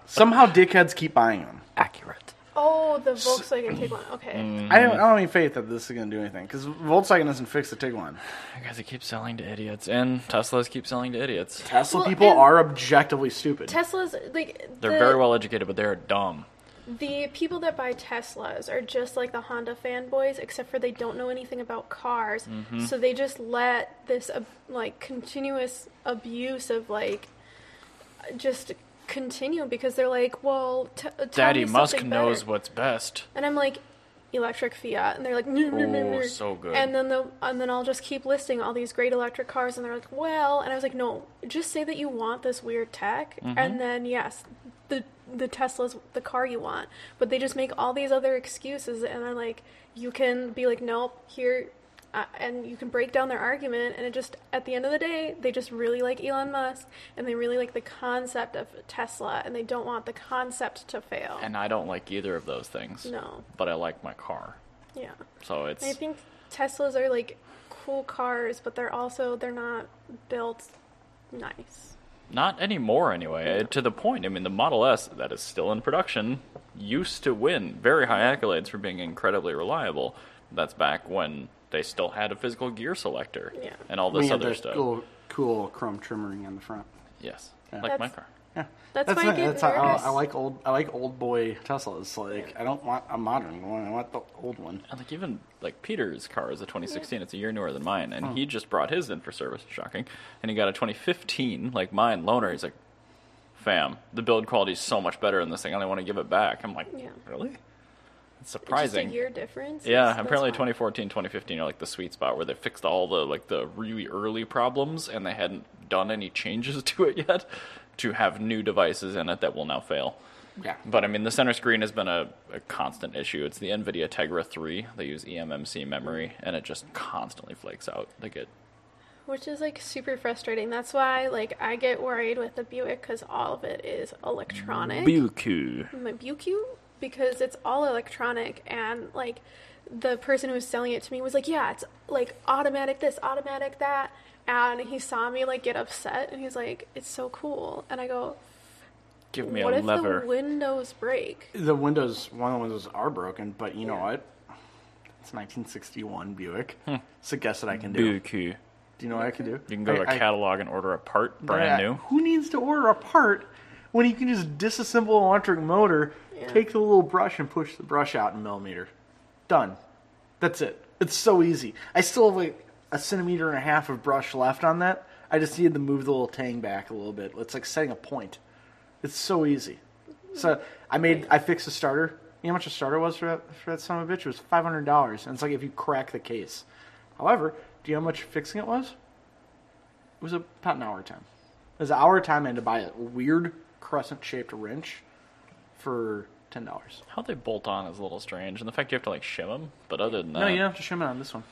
Somehow, dickheads keep buying them.
Accurate.
Oh, the Volkswagen Tiguan. Okay.
Mm.
I, don't, I don't have any faith that this is going to do anything because Volkswagen doesn't fix the Tiguan.
Because they keep selling to idiots, and Teslas keep selling to idiots.
Tesla
Well,
people
and-
are objectively stupid.
Tesla's like
They're
the,
very well educated, but they're dumb.
the people that buy Teslas are just like the Honda fanboys, except for they don't know anything about cars,
Mm-hmm.
so they just let this ab- like continuous abuse of like just continue because they're like, well, t- tell
Daddy
me
Musk
something
knows
better.
what's best.
And I'm like, electric Fiat, and they're like, no, no, no,
Oh,
no.
so good.
And then the and then I'll just keep listing all these great electric cars, and they're like, well, and I was like, no, just say that you want this weird tech,
Mm-hmm.
and then yes, the the Tesla's the car you want, but they just make all these other excuses, and I'm like, you can be like, nope, here. Uh, and you can break down their argument, and it just at the end of the day, they just really like Elon Musk, and they really like the concept of Tesla, and they don't want the concept to fail.
And I don't like either of those things.
No.
But I like my car,
yeah.
so it's.
I think Teslas are like cool cars, but they're also they're not built nice.
Not anymore, anyway. Uh, To the point, I mean, the Model S that is still in production used to win very high accolades for being incredibly reliable. That's back when they still had a physical gear selector
Yeah.
and all
I mean,
this other
there's
stuff.
Cool, cool chrome trimming on the front.
Yes, like
That's-
my car.
Yeah,
That's why I
it.
get
that's how I,
nervous.
I like old. I like old boy Teslas. Like I don't want a modern one. I want the old one.
And like even like Peter's car is a 2016. It's a year newer than mine, and he just brought his in for service. Shocking. And he got a 2015, like mine, loaner. He's like, "Fam, the build quality's so much better in this thing. and I want to give it back." I'm like,
Yeah.
"Really?" It's
Just a
surprising.
year difference.
Yeah,
That's-
apparently
that's fine.
2014, 2015 are like the sweet spot where they fixed all the like the really early problems, and they hadn't done any changes to it yet. To have new devices in it that will now fail.
Yeah,
But I mean, the center screen has been a, a constant issue. It's the NVIDIA Tegra 3. They use eMMC memory, and it just constantly flakes out. They get
Which is like super frustrating. That's why like I get worried with the Buick because all of it is electronic.
Buku.
my BQ because it's all electronic and like the person who was selling it to me was like, yeah, it's like automatic this, automatic that, and he saw me like get upset and he's like, it's so cool, and I go,
Give me
what
a
if
lever.
the windows break?
the windows. One of the windows are broken, but you know what? It's 1961 Buick. So guess what I can do?
Buku.
Do you know what I can do? You
Hmm. You can go to a catalog and order a part brand new.
Who needs to order a part when you can just disassemble an electric motor, take the little brush and push the brush out in millimeter? Done. That's it. It's so easy. I still have like a centimeter and a half of brush left on that. I just needed to move the little tang back a little bit. It's like setting a point. It's so easy. So I made I fixed the starter. You know how much a starter was for that for that son of a bitch? It was five hundred dollars. And it's like if you crack the case. However, do you know how much fixing it was? It was about an hour time. It was an hour time I had to buy a weird crescent shaped wrench for ten dollars.
How they bolt on is a little strange, and the fact you have to like shim them. But other than that,
no, Oh, you don't have to shim it on this one.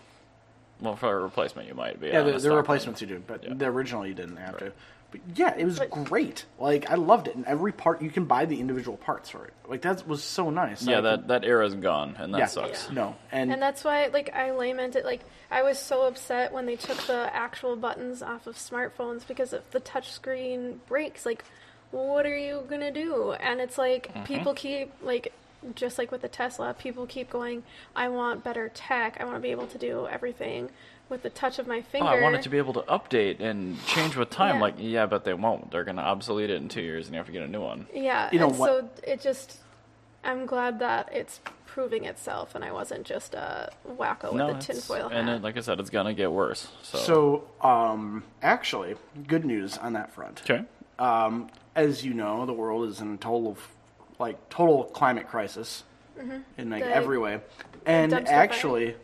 well, for a replacement, you might be.
Yeah,
on
the,
a
the
stock
replacements you do, but
Yeah.
the original you didn't have to. But yeah, it was great. Like I loved it, and every part you can buy the individual parts for it. Like that was so nice.
one. Yeah,
Like,
that that era's gone, and that
yeah,
sucks.
Yeah.
No,
And that's why, like, I lament it. Like, I was so upset when they took the actual buttons off of smartphones because if the touchscreen breaks, like, what are you gonna do? And it's like
Mm-hmm.
people keep like just like with the Tesla, people keep going, I want better tech. I want to be able to do everything with the touch of my
Oh,
finger.
I want it to be able to update and change with time.
Yeah.
Like, yeah, but they won't. They're gonna obsolete it in two years, and you have to get a new one.
Yeah,
You know
and
what-
so it just I'm glad that it's proving itself and I wasn't just a wacko
no,
with a
it's-
tinfoil hat.
and it, like I said, it's gonna get worse. So,
So, um, actually, good news on that front.
okay,
Um, as you know, the world is in total, like total climate crisis in like
Mm-hmm. The
every way, and
dumpster fire.
actually,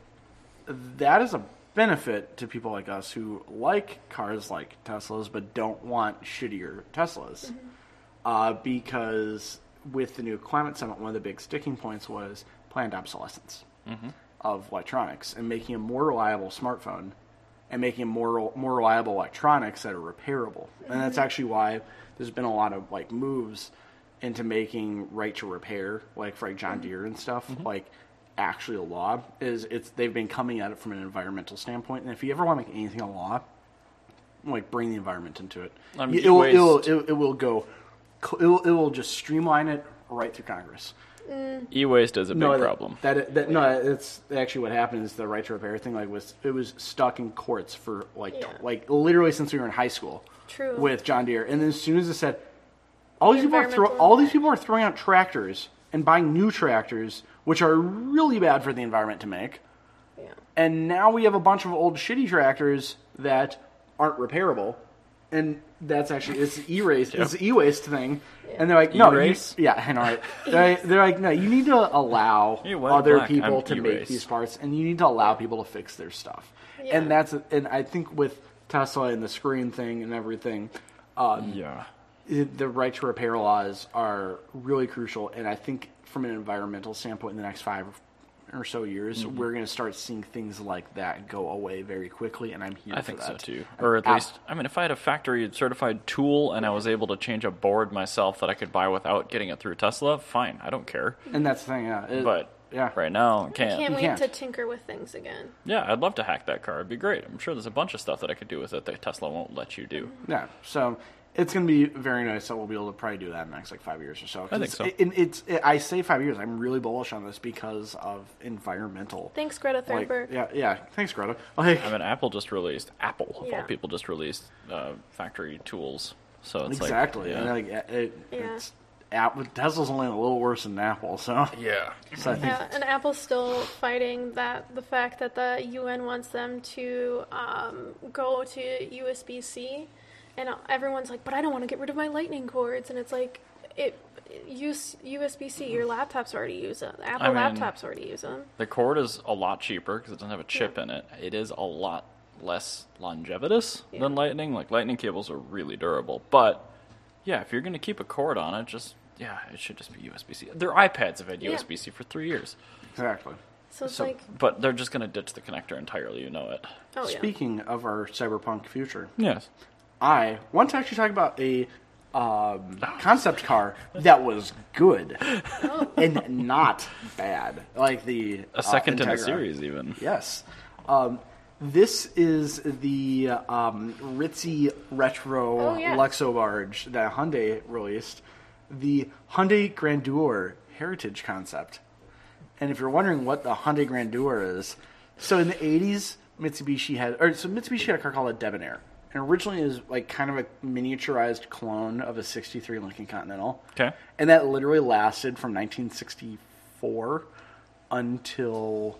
that is a benefit to people like us who like cars like Teslas but don't want shittier Teslas,
Mm-hmm.
uh, because with the new climate summit, one of the big sticking points was planned obsolescence of electronics and making a more reliable smartphone and making a more more reliable electronics that are repairable. And that's actually why there's been a lot of like moves into making right to repair, like for like John Deere and stuff,
Mm-hmm.
like actually a law is it's they've been coming at it from an environmental standpoint. And if you ever want to make anything a law, like bring the environment into it.
I mean,
it, will, it, will,
waste.
it, it will go. It will, it will just streamline it right through Congress
e-waste is a big
that-
problem.
That, that no, it's actually what happened is the right to repair thing. Like was it was stuck in courts for like
Yeah.
tw- like literally since we were in high school.
True.
With John Deere, and then as soon as it said, all
The
these people are throw,
environmental
all these
impact.
people are throwing out tractors and buying new tractors, which are really bad for the environment to make.
yeah.
And now we have a bunch of old shitty tractors that aren't repairable. And that's actually it's e waste it's e waste thing, and they're like no you-
E-race?
yeah I know right they're, they're like no you need to allow
Hey, white or
other
black,
people
I'm
to make
E-race.
these parts and you need to allow people to fix their stuff
Yeah.
and that's and I think with Tesla and the screen thing and everything um,
yeah,
the right to repair laws are really crucial, and I think from an environmental standpoint, in the next five or so years,
Mm-hmm.
we're going to start seeing things like that go away very quickly, and I'm here
I
for
think
that.
so too. Or at
Ah.
least, I mean, if I had a factory certified tool and I was able to change a board myself that I could buy without getting it through Tesla, fine. I don't care.
And that's the thing, yeah. It-
But
yeah,
right now, I
Can't
can't.
wait
can't.
to tinker with things again.
Yeah, I'd love to hack that car. It'd be great. I'm sure there's a bunch of stuff that I could do with it that Tesla won't let you do.
Yeah, so it's going to be very nice that we'll be able to probably do that in the next like five years or so. 'Cause
think so.
It, it- it's it, I say five years. I'm really bullish on this because of environmental.
Thanks, Greta
Like,
Thunberg.
yeah, yeah. Thanks, Greta. Like,
I mean, Apple just released Apple. Of
Yeah.
all people, just released uh, factory tools. So it's
exactly.
Like,
And,
yeah.
like, it, it-
Yeah.
it's Apple, Tesla's only a little worse than Apple, so.
yeah.
So I think
Yeah, Uh, and Apple's still fighting that the fact that the UN wants them to um, go to USB C, and everyone's like, "But I don't want to get rid of my Lightning cords," and it's like, "It use USB C. Your laptops already use them. Apple
Mm-hmm. I mean-
laptops already use them.
The cord is a lot cheaper because it doesn't have a chip in it. It is a lot less longevitous
Yeah.
than lightning. Like lightning cables are really durable, but yeah, if you're going to keep a cord on it, just yeah, it should just be USB-C. Their iPads have had
Yeah.
USB-C for three years,
Exactly.
So it's
So-
like,
but they're just going to ditch the connector entirely. You know it.
oh yeah,
Speaking of our cyberpunk future,
Yes.
I want to actually talk about a um, concept car that was good
Oh.
and not bad, like the
A second
uh,
in the
Integra.
series, even.
Yes. Um, this is the um, ritzy retro
Oh, yeah.
Luxo barge that Hyundai released, the Hyundai Grandeur heritage concept. And if you're wondering what the Hyundai Grandeur is, so in the 80s, Mitsubishi had, or so Mitsubishi had a car called a Debonair, and originally it was like kind of a miniaturized clone of a '63 Lincoln Continental.
Okay.
And that literally lasted from 1964 until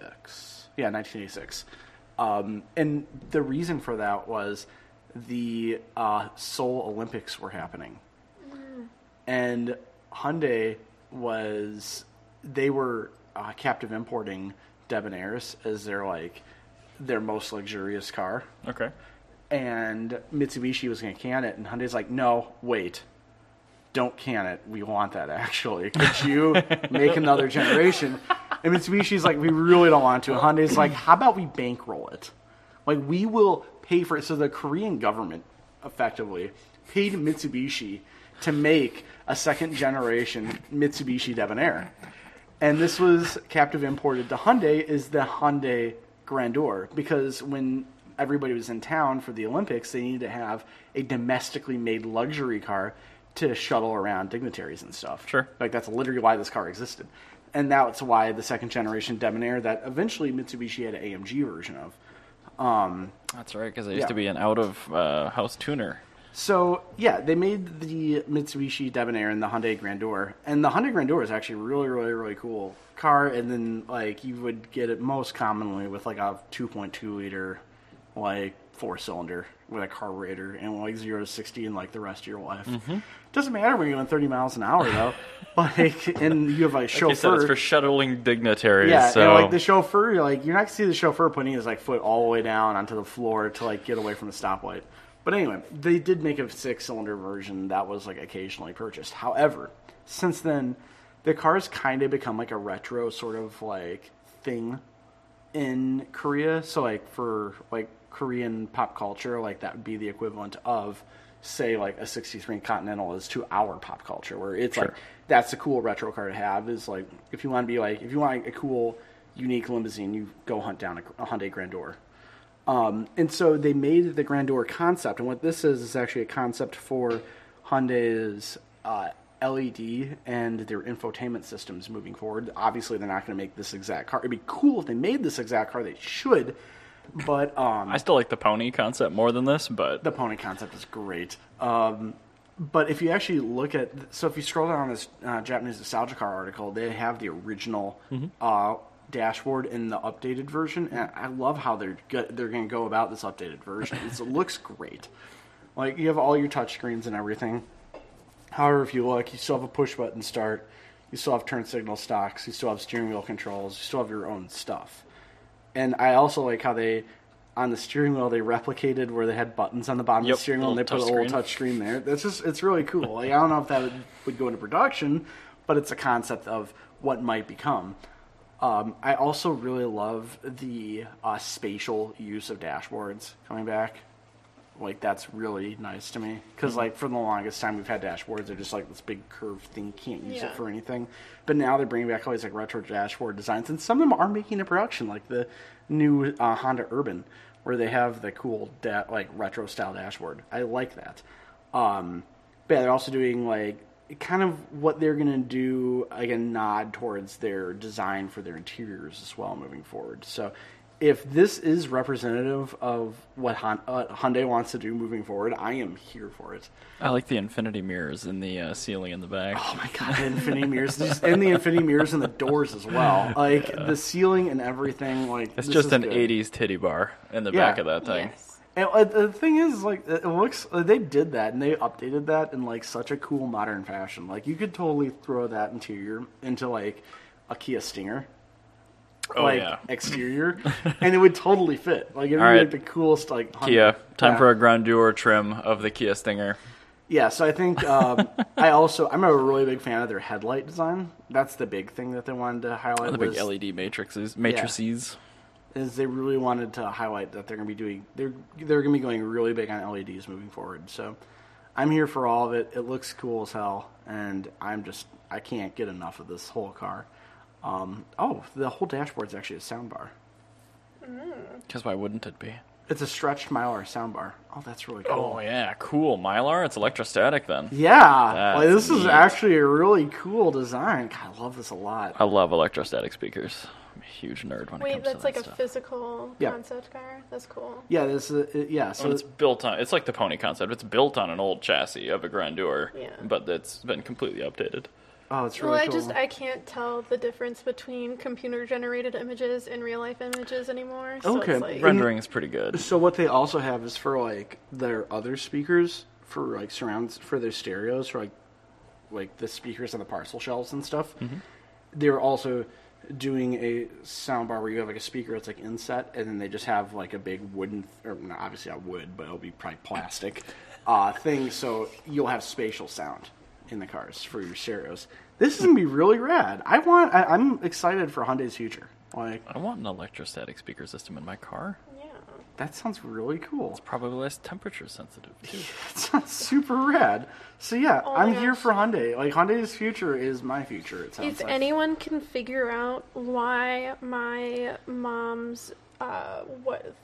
1986. Yeah, 1986. Um, and the reason for that was the uh, Seoul Olympics were happening. And Hyundai was, they were uh, captive importing Debonairs as their, like, their most luxurious car
Okay.
and Mitsubishi was going to can it, and Hyundai's like, no, wait, don't can it. We want that actually. Could you make another generation? And Mitsubishi's like, we really don't want to. And Hyundai's like, how about we bankroll it? Like we will pay for it. So the Korean government effectively paid Mitsubishi to make a second generation Mitsubishi Debonair. And this was captive imported to Hyundai is the Hyundai Grandeur because when everybody was in town for the Olympics, they needed to have a domestically made luxury car to shuttle around dignitaries and stuff.
Sure.
Like that's literally why this car existed. And that's why the second generation Debonair that eventually Mitsubishi had an AMG version of. um,
That's right, because I used
Yeah.
to be an out of uh, house tuner.
So yeah, they made the Mitsubishi Debonair and the Hyundai Grandeur, and the Hyundai Grandeur is actually really, really, really cool car. And then like you would get it most commonly with like a 2.2 liter, like four cylinder with a carburetor and like zero to sixty in like the rest of your life. Doesn't matter when you're going 30 miles an hour though, like and you have a chauffeur.
You said it's for shuttling dignitaries.
Yeah,
so
and like the chauffeur, like you're not gonna see the chauffeur putting his like foot all the way down onto the floor to like get away from the stoplight. But anyway, they did make a six-cylinder version that was like occasionally purchased. However, since then, the car's kind of become like a retro sort of like thing in Korea. So like for like Korean pop culture, like that would be the equivalent of say like a 63 Continental is to our pop culture where it's like
Sure.
that's a cool retro car to have is like if you want to be like if you want a cool unique limousine you go hunt down a, a Hyundai Grandeur. Um, and so they made the Grandeur concept, and what this is is actually a concept for Hyundai's uh, LED and their infotainment systems moving forward. Obviously, they're not going to make this exact car. It'd be cool if they made this exact car. They should, but um,
I still like the pony concept more than this, but
the pony concept is great. Um, but if you actually look at, so if you scroll down on this uh, Japanese nostalgia car article, they have the original uh, dashboard in the updated version, and I love how they're go- they're going to go about this updated version. It's, it looks great. Like you have all your touchscreens and everything. However, if you look, you still have a push button start. You still have turn signal stocks. You still have steering wheel controls. You still have your own stuff. And I also like how they, on the steering wheel, they replicated where they had buttons on the bottom
Yep,
of the steering wheel and they
little
put a
touch
little touch screen there. That's just, it's really cool. Like, I don't know if that would, would go into production, but it's a concept of what might become. Um, I also really love the uh, spatial use of dashboards coming back like that's really nice to me because like for the longest time we've had dashboards they're just like this big curved thing can't use
Yeah.
it for anything but now they're bringing back all these like retro dashboard designs and some of them are making a production like the new uh, honda urban where they have the cool da- like retro style dashboard i like that um, but they're also doing like kind of what they're going to do like a nod towards their design for their interiors as well moving forward. So if this is representative of what Hon- uh, Hyundai wants to do moving forward, I am here for it.
I like the infinity mirrors in the uh, ceiling in the back.
Oh my god, the infinity mirrors these- and the infinity mirrors and the doors as well. Like the ceiling and everything like
it's
this
just
is
an
good.
'80s titty bar in the
Yeah.
back of that thing.
Yes.
And, uh, the thing is, like, it it looks uh, they did that and they updated that in like such a cool modern fashion. Like, you could totally throw that interior into like a Kia Stinger,
Oh
like
yeah.
exterior, and it would totally fit. Like, it'd be
All right.
like the coolest like Hyundai.
Kia, time
Yeah.
for a grandeur trim of the Kia Stinger.
Yeah, so I think um, I also I'm a really big fan of their headlight design. That's the big thing that they wanted to highlight.
Oh, The big
was-
LED matrices, matrices.
is they really wanted to highlight that they're going to be doing they're they're going to be going really big on LEDs moving forward. So I'm here for all of it. It looks cool as hell, and I'm just I can't get enough of this whole car. Um, oh, the whole dashboard's actually a soundbar.
Because why wouldn't it be?
It's a stretched Mylar soundbar. Oh, that's really cool.
Oh yeah, cool Mylar. It's electrostatic then.
yeah, like,
That's
this is
neat.
actually a really cool design. God, I love this a lot.
I love electrostatic speakers. I'm a huge nerd when it
Wait,
comes to
that's
that
like a
stuff.
physical
Yeah.
concept car. That's cool.
Yeah, this is it- yeah. So
But it's built on. It's like the pony concept. It's built on an old chassis of a Grandeur,
Yeah.
but it's been completely updated.
oh, it's really
well, I
cool.
just I can't tell the difference between computer generated images and real life images anymore. So
Okay.
it's like,
Right.
Rendering is pretty good.
So what they also have is for like their other speakers for like surrounds for their stereos for like like the speakers on the parcel shelves and stuff. They're also doing a soundbar where you have like a speaker that's like inset, and then they just have like a big wooden or no, obviously not wood, but it'll be probably plastic uh, thing. So you'll have spatial sound in the cars for your stereos. This is gonna be really rad. I want. I, I'm excited for Hyundai's future. Like
I want an electrostatic speaker system in my car.
yeah.
that sounds really cool.
Probably less temperature sensitive too.
It's not super rad. So yeah,
Oh my
I'm here
gosh.
for Hyundai. Like Hyundai's future is my future. It sounds
If
like.
anyone can figure out why my mom's uh what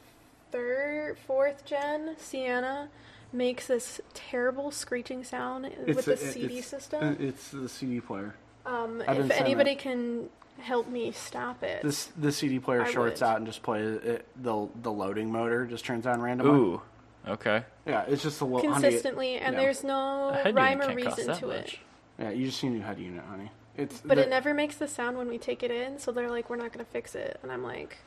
third, fourth gen Sienna makes this terrible screeching sound with the CD
it's- uh,
system.
It's the CD player.
um,
I've been
if
sent
anybody can help me stop it,
This the CD player
I
shorts
would.
out and just plays it, the the loading motor just turns on randomly.
Ooh. Okay.
Yeah, it's just a little honey,
consistently, and
yeah.
there's no
A head
rhyme
unit
or
can't cost
reason
that
to it.
much.
Yeah, you just need a new head unit, honey. It's
But
the-
it never makes the sound when we take it in, so they're like, "We're not gonna fix it," and I'm like,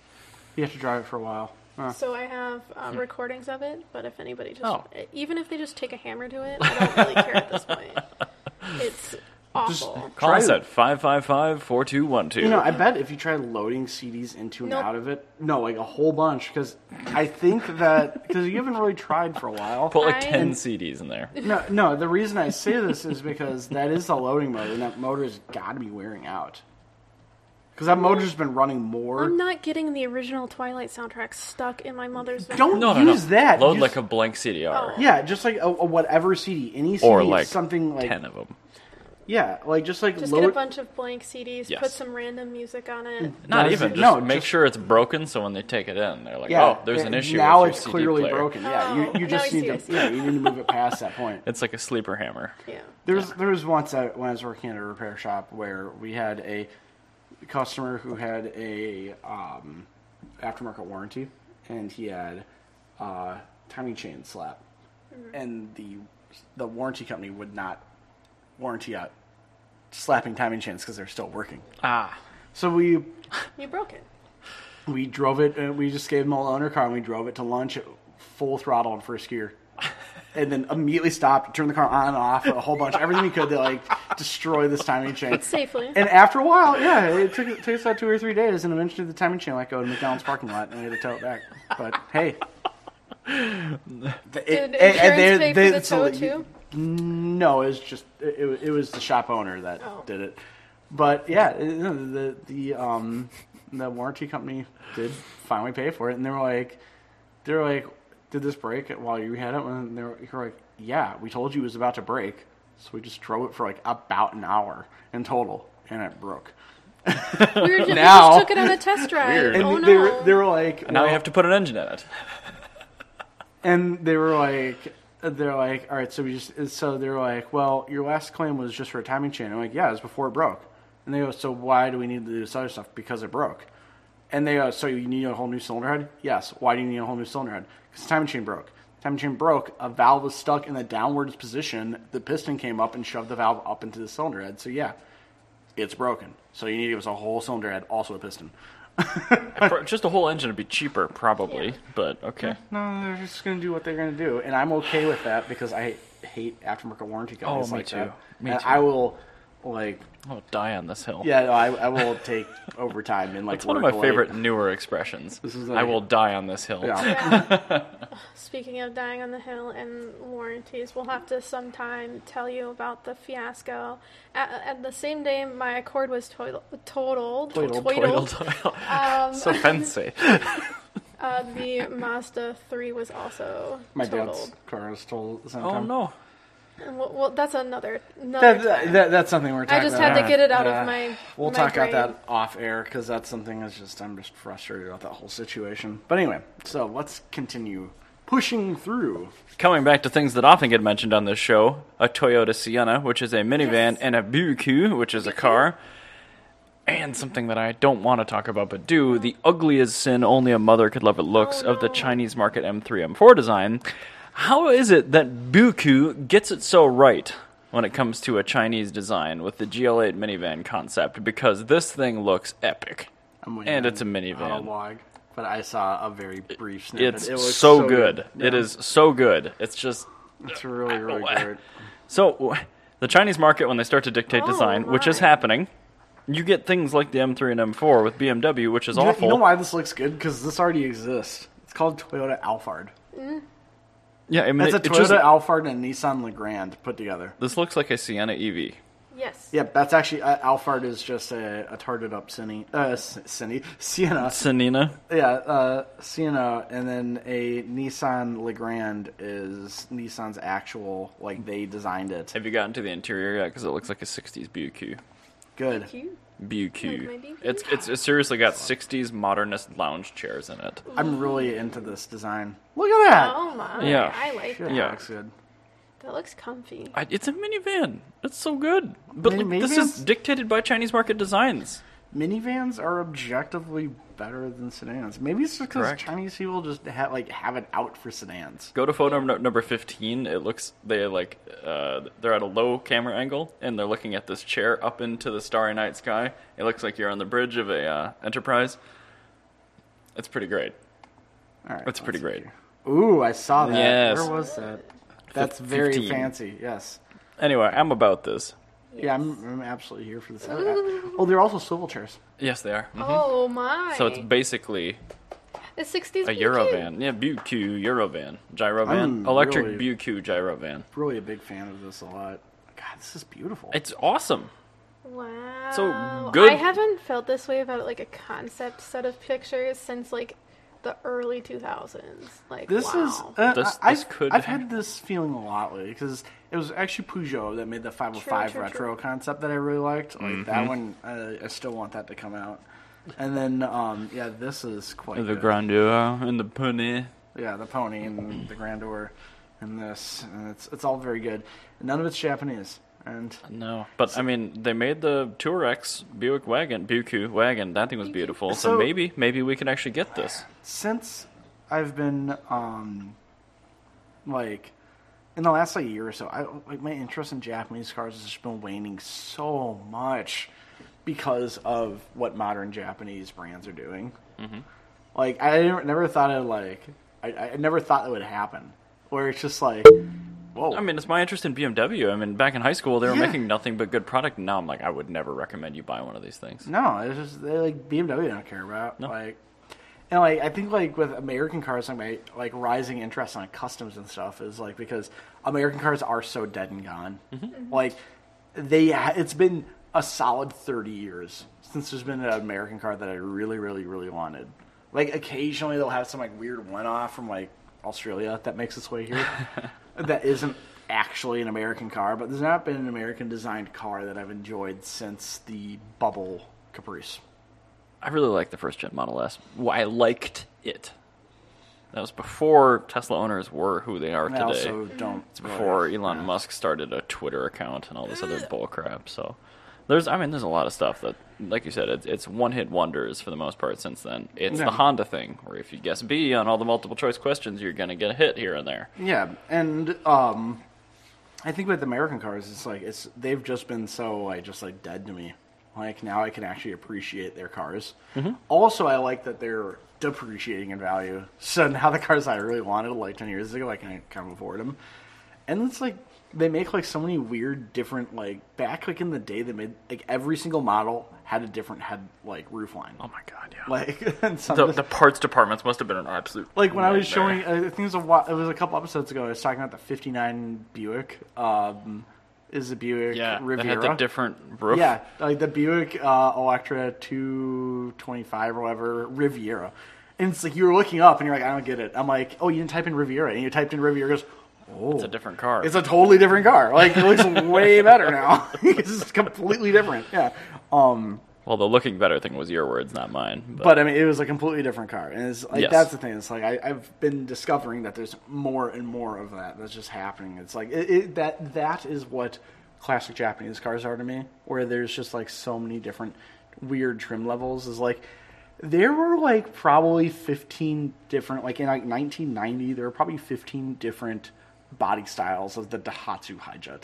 you have to drive it for a while. Huh. Hmm.
"So I have um, recordings of it, but if anybody just, e-,
Oh.
even if they just take a hammer to it, I don't really care at this point. It's awful."
Call
Try
us
it.
at 555-4212.
You know, I bet if you try loading CDs into and
Nope.
out of it, no, like a whole bunch, because I think that because you haven't really tried for a while.
Put like
I-
10 CDs in there.
No, no. The reason I say this is because that is the loading motor, and that motor's got to be wearing out. Because that motor's been running more.
I'm not getting the original Twilight soundtrack stuck in my mother's.
Don't
No, no,
use
no.
that.
Load
Use-
like a blank CDR.
Oh.
yeah, just like a, a whatever CD, any CD,
Or like
something like
10 of them.
yeah, like just like
Just
load.
get a bunch of blank CDs,
Yes.
put some random music on it.
Not
Does
even.
it-
Just
Mm, no,
make
just-
sure it's broken so when they take it in, they're like,
yeah,
oh, there's an
it-
issue
Now
with your
it's
CD
clearly
player.
broken. Yeah,
Oh,
you, you
now I
just
see,
need
I
to
see.
yeah, you need to move it past that point.
It's like a sleeper hammer.
Yeah.
There was there was once I, when I was working at a repair shop where we had a customer who had a um, aftermarket warranty, and he had uh, timing chain slap, and the the warranty company would not warranty out slapping timing chains because they're still working.
Ah.
So we
You broke it.
we drove it. Uh, we just gave him a loaner car, and we drove it to lunch at full throttle in first gear, and then immediately stopped, turned the car on and off a whole bunch, everything we could to like destroy this timing chain.
Safely.
And after a while, yeah, it took, it took us about two or three days, and eventually the timing chain let go in McDonald's parking lot, and we had to tow it back. But hey. Did
Did insurance pay for the tow, too?
No, it was just it, it, it was the shop owner that
Oh.
did it. But yeah, it- the the um the warranty company did finally pay for it, and they were like, they were like, did this break while you had it? And they were, they were like, yeah, we told you it was about to break, so we just drove it for like about an hour in total, and it broke.
We, were just, we
Now-
just took it on a test drive.
Weird.
And
Oh
they
no.
were they were like,
Now
well-
you have to put an engine in it.
and they were like. They're like, all right, so we just, so they're like, well, your last claim was just for a timing chain. I'm like, yeah, it was before it broke. And they go, so why do we need to do this other stuff? Because it broke. And they go, so you need a whole new cylinder head? Yes. Why do you need a whole new cylinder head? Because the timing chain broke. Timing chain broke. A valve was stuck in the downwards position. The piston came up and shoved the valve up into the cylinder head. So yeah, it's broken. So you need to give us a whole cylinder head, also a piston.
Pro- Just a whole engine would be cheaper, probably,
Yeah.
but okay.
No, they're just going to do what they're going to do, and I'm okay with that because I hate aftermarket warranty companies
Oh, me
like
too.
that.
Me
and
too.
I will, like,
I'll die on this hill.
yeah, no, I, I will take overtime and like.
It's one of my
work late.
favorite newer expressions.
This is
I
like-
will die on this hill.
Yeah.
Yeah. Speaking of dying on the hill and warranties, we'll have to sometime tell you about the fiasco. At, at the same day, my Accord was total, totaled.
Toidle,
Toidled,
toidled.
toidle.
Um,
so fancy.
uh, the Mazda 3 was also
My dad's
totaled.
car was totaled.
oh
sometime.
no.
And Well, well, that's another. another
That,
time.
that, that- that's something we're talking.
I just
about.
had to get it out
Yeah.
of my.
We'll
my
talk
brain.
about that off air because that's something that's just I'm just frustrated about that whole situation. But anyway, so let's continue pushing through.
Coming back to things that often get mentioned on this show, a Toyota Sienna, which is a minivan,
Yes.
and a BBQ, which is a car, and something that I don't want to talk about but do, the ugliest sin only a mother could love it looks
Oh,
of the
no.
Chinese market M3 M4 design. How is it that BBQ gets it so right when it comes to a Chinese design with the GL8 minivan concept? Because this thing looks epic.
I'm waiting
And
on-
it's a
on a
minivan.
log, but I saw a very brief snippet.
It's
It looks
so, good. It
Yeah.
is so good. It's just
It's really, really
Ow.
good.
So w- the Chinese market, when they start to dictate
Oh,
design, which is
my.
happening, you get things like the M3 and M4 with BMW, which is
You know,
awful.
you know why this looks good? Because this already exists. It's called Toyota Alphard.
Yeah, I mean,
It's a
it, it
Toyota
just,
Alphard and a Nissan Legrand put together.
this looks like a Sienna E EV.
Yes.
Yeah, that's actually uh, Alphard is just a, a tarted up Cine, uh, S- Cine, Sienna,
Sienna.
yeah, uh, Sienna, and then a Nissan Legrand is Nissan's actual like they designed it.
Have you gotten to the interior yet? Because it looks like a '60s BQ.
Good.
Cute.
BQ.
Like my BQ?
it's it's it's seriously got 60s modernist lounge chairs in it.
I'm really into this design. Look at that.
Oh my!
Yeah.
I like
Shit,
that.
Yeah. Mm-hmm.
looks good.
That looks comfy.
I, it's a minivan. It's so good. But
Maybe-
like, this
maybe
is
it's-
dictated by Chinese market designs.
Minivans are objectively better than sedans. Maybe it's just because
Correct.
Chinese people just ha- like have it out for sedans.
Go to photo no- number 15. It looks they like uh, they're at a low camera angle and they're looking at this chair up into the starry night sky. It looks like you're on the bridge of a uh, Enterprise. It's pretty great.
All right,
It's pretty
let's
great.
see. Ooh, I saw that.
Yes.
Where was that? That's very
15.
fancy. Yes.
Anyway, I'm about this.
Yeah, I'm, I'm absolutely here for this. Oh, they're also swivel chairs.
Yes, they are. Mhm.
Oh my!
So it's basically
the sixties.
a Eurovan. Yeah, BQ Eurovan, gyrovan,
I'm
electric
really-
BQ gyrovan.
Really a big fan of this a lot. God, this is beautiful.
It's awesome.
Wow.
So good-
I haven't felt this way about like a concept set of pictures since like the early two thousands. Like
This
wow.
is uh,
This-
I-
this
I've,
could
I've
hap-
had this feeling a lot lately because it was actually Peugeot that made the 505
True, true,
retro concept that I really liked. Like
Mm-hmm.
that one, uh, I still want that to come out. And then um, yeah, this is quite good.
grandeur and the pony.
yeah the pony and the grandeur and this and it's it's all very good. None of it's Japanese and
No, but I mean, they made the Tour X Buick wagon, BQ wagon. That thing was beautiful. So,
So-
maybe, maybe we can actually get this.
since I've been um like in the last like year or so, I like my interest in Japanese cars has just been waning so much because of what modern Japanese brands are doing. Like I never- never thought it like I, I never thought it would happen. Where it's just like, whoa,
I mean, it's my interest in BMW. I mean, back in high school, they were
Yeah.
making nothing but good product. Now I'm like, I would never recommend you buy one of these things.
No, it's just they like BMW don't care about
No.
like, and like I think like with American cars, like my like rising interest on customs and stuff is like because American cars are so dead and gone. Like they, ha- it's been a solid thirty years since there's been an American car that I really, really, really wanted. Like occasionally they'll have some like weird one off from like Australia that makes its way here that isn't actually an American car, but there's not been an American designed car that I've enjoyed since the bubble Caprice.
I really like the first gen Model S. Well, I liked it. That was before Tesla owners were who they are
I
today.
also don't.
It's before Elon Musk started a Twitter account and all this other bull crap. So there's, I mean, there's a lot of stuff that, like you said, it's, it's one hit wonders for the most part since then. It's
Yeah.
the Honda thing, where if you guess B on all the multiple choice questions, you're gonna get a hit here and there.
Yeah, and um, I think with American cars, it's like it's they've just been so like just like dead to me. Like now, I can actually appreciate their cars. Also, I like that they're depreciating in value. So now the cars I really wanted like ten years ago, I can kind of afford them. And it's like they make like so many weird different like back like in the day they made like every single model had a different head like roof line.
Oh, my god, yeah.
Like and some
Um, the,
of
the parts departments must have been an absolute
like when I was
nightmare.
showing, I think it was a while, it was a couple episodes ago. I was talking about the '59 Buick. Um, is the Buick
yeah,
Riviera?
they had the different roof.
Yeah, like the Buick uh, Electra 225 or whatever Riviera, and it's like you were looking up and you're like, I don't get it. I'm like, oh, you didn't type in Riviera, and you typed in Riviera. it Goes, oh,
it's a different car.
it's a totally different car. Like it looks way better now. it's completely different. Yeah. Um,
well, the looking better thing was your words, not mine. But,
but I mean, it was a completely different car, and it's like
Yes.
that's the thing. It's like I, I've been discovering that there's more and more of that that's just happening. It's like it, it, that that is what classic Japanese cars are to me, where there's just like so many different weird trim levels. Is like there were like probably 15 different like in like 1990 there were probably 15 different body styles of the Daihatsu Hijet.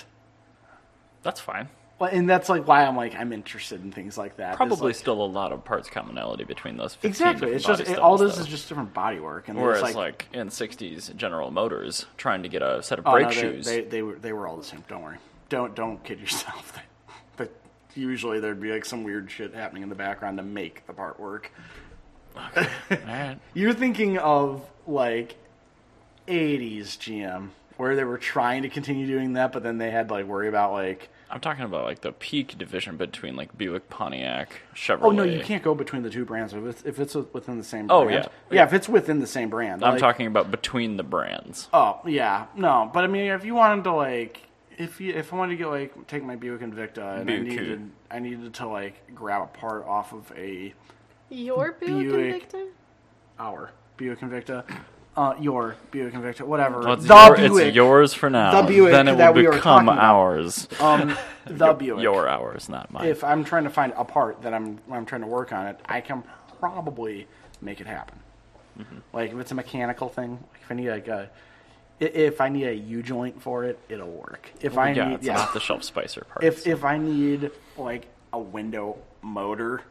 that's fine.
Well, And that's like why I'm like I'm interested in things like that. is,
Probably
like-
still a lot of parts commonality between those. 15
Exactly.
different
It's just
body
it, all
styles,
this
though.
is just different body work, and
Whereas,
it's
like,
like,
in '60s, General Motors trying to get a set of
oh,
brake
no, they,
shoes.
They, they were they were all the same. Don't worry. Don't don't kid yourself. but usually there'd be like some weird shit happening in the background to make the part work.
Alright.
You're thinking of like '80s GM, where they were trying to continue doing that, but then they had to like worry about like.
I'm talking about like the peak division between like Buick, Pontiac, Chevrolet.
Oh no, you can't go between the two brands if it's, if it's within the same.
Oh,
brand.
yeah.
yeah. If it's within the same brand,
I'm
like-
talking about between the brands.
Oh yeah, no, but I mean, if you wanted to like if you, if I wanted to get like take my Buick Invicta and I
Buick.
needed I needed to like grab a part off of a
Your Buick,
Buick.
Invicta?
our Buick Invicta, uh, your Buick Invicta, whatever.
Well, it's,
the
your- it's
Buick,
yours for now.
The Buick
then it
that
will
we were
become
talking about.
ours.
um, the Buick.
Your ours, not mine.
If I'm trying to find a part that I'm I'm trying to work on it, I can probably make it happen.
Mm-hmm.
Like if it's a mechanical thing, like if I need like a i- if I need a U joint for it, it'll work. If I
yeah,
need
it's
yeah,
not the shelf spicer part.
if if I need like a window motor,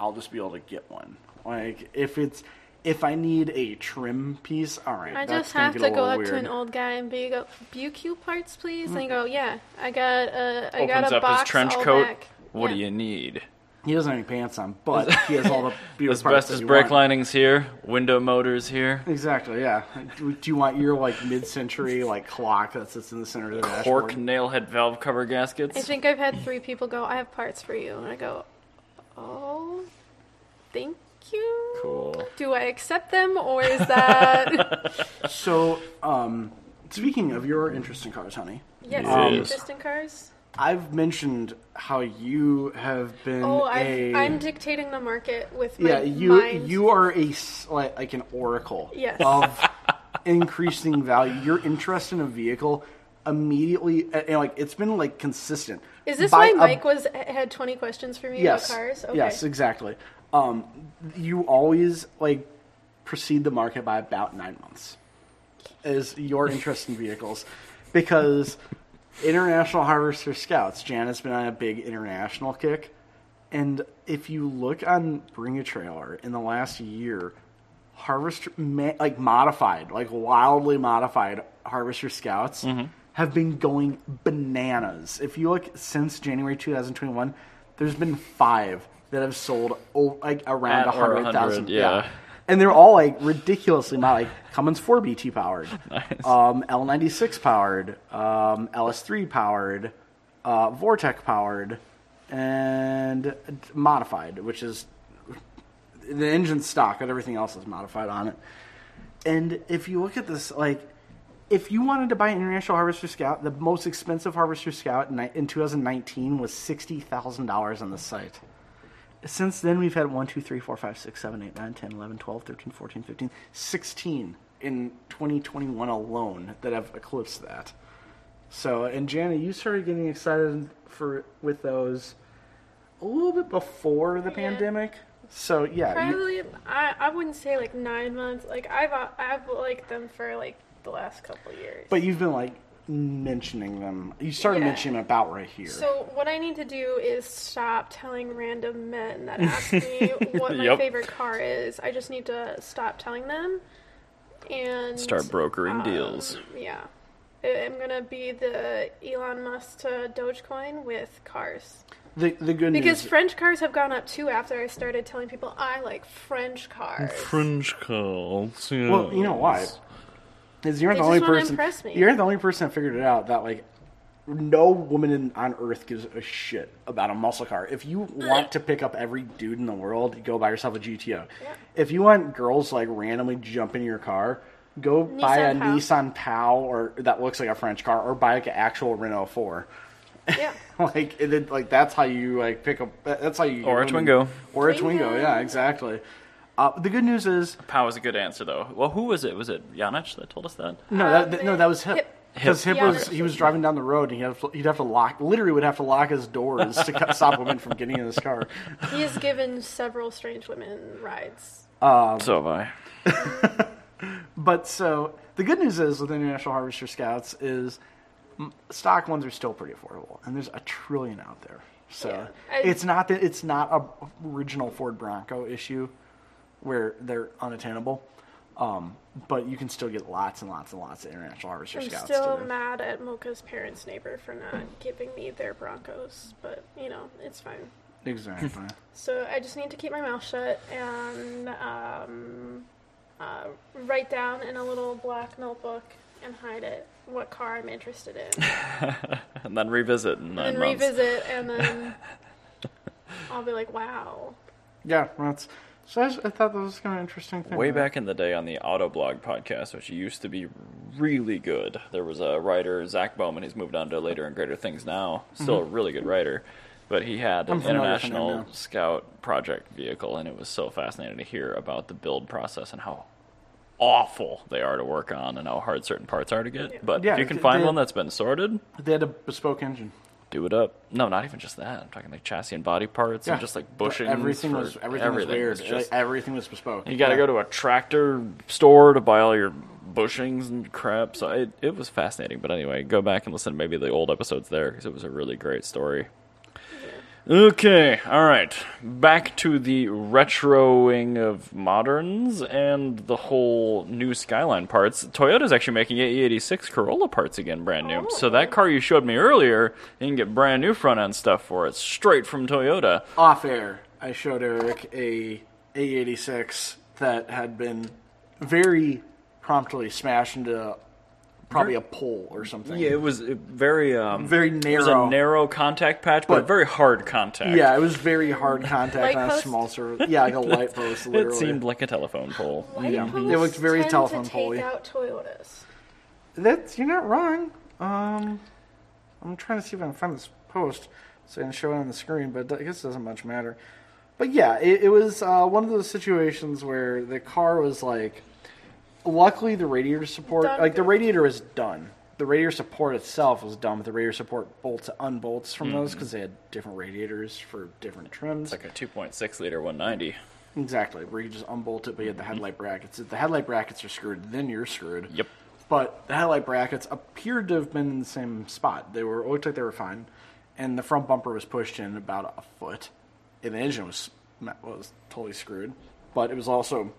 I'll just be able to get one. Like if it's if I need a trim piece, all right.
I
that's
just
gonna
have
get
to
a
go
little
up
weird.
to an old guy and be go, BQ parts, please, and go, yeah, I got a, I
Mm-hmm. opens
got a
up
box
his trench
all
coat.
back.
What
Yeah.
do you need?
He doesn't have any pants on, but he has all the beautiful parts that
Asbestos
you
brake
want.
linings here. Window motors here.
Exactly. Yeah. Do, do you want your like mid-century like clock that sits in the center of the
Cork
dashboard?
nail head valve cover gaskets.
I think I've had three people go, I have parts for you. And I go, oh, thank you.
cool.
Do I accept them or is that.
So, um, speaking of your interest in cars, honey,
yes,
Um,
interest in cars?
I've mentioned how you have been
Oh,
a
I've, I'm dictating the market with my
yeah you
mind.
you are a s- like, like an oracle
Yes.
of increasing value your interest in a vehicle immediately and, and, like it's been like consistent
Is this
By
why
a-
Mike was had 20 questions for me
yes
about cars? Okay.
yes exactly um you always like precede the market by about nine months is your interest in vehicles because international harvester scouts jan has been on a big international kick and if you look on bring a trailer in the last year harvester ma- like modified like wildly modified harvester scouts
Mm-hmm.
have been going bananas if you look since january 2021 there's been five that have sold oh, like around
At or
100000
100, yeah.
and they're all like ridiculously mod- like Cummins 4 BT powered, um, L96 powered, um, LS3 powered, uh, Vortec powered, and modified, which is the engine stock, but everything else is modified on it. And if you look at this, like, if you wanted to buy an International Harvester Scout, the most expensive Harvester Scout in, ni- in 2019 was $60,000 on the site. Since then, we've had 1, 2, 3, 4, 5, 6, 7, 8, 9, 10, 11, 12, 13, 14, 15, 16 in 2021 alone that have eclipsed that. So, and Jana, you started getting excited for with those a little bit before the pandemic. So, yeah. you-
Probably, I, I wouldn't say like nine months. Like, I've, uh, I've liked them for like the last couple years.
But you've been like mentioning them. You started
Yeah.
mentioning about right here.
So what I need to do is stop telling random men that ask me what my
Yep.
favorite car is. I just need to stop telling them and
Start brokering
um,
deals.
Yeah, I- I'm gonna be the Elon Musk to Dogecoin with cars
the the good
because
news.
French cars have gone up too. After I started telling people I like French cars,
Fringe calls.
well, you know why? Is you're
They
the
just
only
wanna
person.
impress me.
You're the only person that figured it out that like no woman in, on earth gives a shit about a muscle car. If you want to pick up every dude in the world, go buy yourself a GTO. If you want girls to, like randomly jump into your car, go buy a Nissan
Nissan Pal.
Pal or that looks like a French car, or buy like an actual Renault Four.
yeah.
like it, it- like that's how you like pick up. that- That's how you
Or a
women-
Twingo.
or a
Twingo.
Twingo. Yeah, exactly. Uh, the good news is
Pow was a good answer though. Well, who was it? Was it Janich that told us that?
no,
Um,
that, that- uh, no, that was hip.
Hip.
Because hip
Yeah,
was
okay.
he was driving down the road and he'd have to, he'd have to lock literally would have to lock his doors to cut, stop women from getting in his car.
He has given several strange women rides.
so have I.
But so the good news is with International Harvester Scouts is m- stock ones are still pretty affordable, and there's a trillion out there. So
Yeah. I-
it's not that it's not a original Ford Bronco issue where they're unattainable, um, but you can still get lots and lots and lots of International Harvester
I'm
Scouts.
still
today.
mad at Mocha's parents' neighbor for not giving me their Broncos, but you know, it's fine.
exactly.
So I just need to keep my mouth shut and um, uh, write down in a little black notebook and hide it what car I'm interested in,
And then revisit in nine
and
months.
revisit, and then I'll be like, wow.
yeah, well, that's So I, just- I thought that was kind of an interesting thing.
Way back in the day on the Autoblog podcast, which used to be really good, there was a writer, Zach Bowman, who's moved on to later and greater things now. Still a really good writer. But he had
Mm-hmm. I'm
an
familiar with him now.
international scout project vehicle, and it was so fascinating to hear about the build process and how awful they are to work on and how hard certain parts are to get. But
Yeah,
if you can
they-
find
they-
one that's been sorted,
They had a bespoke engine.
do it up. No, not even just that. I'm talking like chassis and body parts
Yeah.
and just like bushing.
Everything
for
was everything, was weird. Like, everything was bespoke.
you got to go to a tractor store to buy all your bushings and crap. So it, it was fascinating. But anyway, go back and listen to maybe the old episodes there because it was a really great story. Okay, all right. Back to the retroing of moderns and the whole new Skyline parts. Toyota's actually making AE86 Corolla parts again, brand new. So that car you showed me earlier, you can get brand new front end stuff for it straight from Toyota.
off air, I showed Eric a A86 that had been very promptly smashed into probably a pole or something.
Yeah, it was uh, very um,
Very
It was a
narrow.
narrow contact patch, but, a
But-
very hard contact.
Yeah, it was very hard contact
Light
on a
post?
small surface. Yeah, like a light post,
it
literally.
seemed like a telephone pole.
Yeah.
They looked very telephone
to take
pole-y.
out Toyotas.
That's you're not wrong. Um, I'm trying to see if I can find this post so I can show it on the screen, but I guess it doesn't much matter. But yeah, it, it was uh, one of those situations where the car was like, luckily the radiator support,
Done.
like the radiator is done. The radiator support itself was done, but the radiator support bolts unbolts from those 'cause those because they had different radiators for different trims.
Mm-hmm. Like a 2.6 liter 190.
Exactly, where you just unbolt it, but you have the headlight brackets. If the headlight brackets are screwed, then you're screwed.
Mm-hmm. Yep.
But the headlight brackets appeared to have been in the same spot. They were it looked like they were fine, and the front bumper was pushed in about a foot, and the engine was was totally screwed. But it was also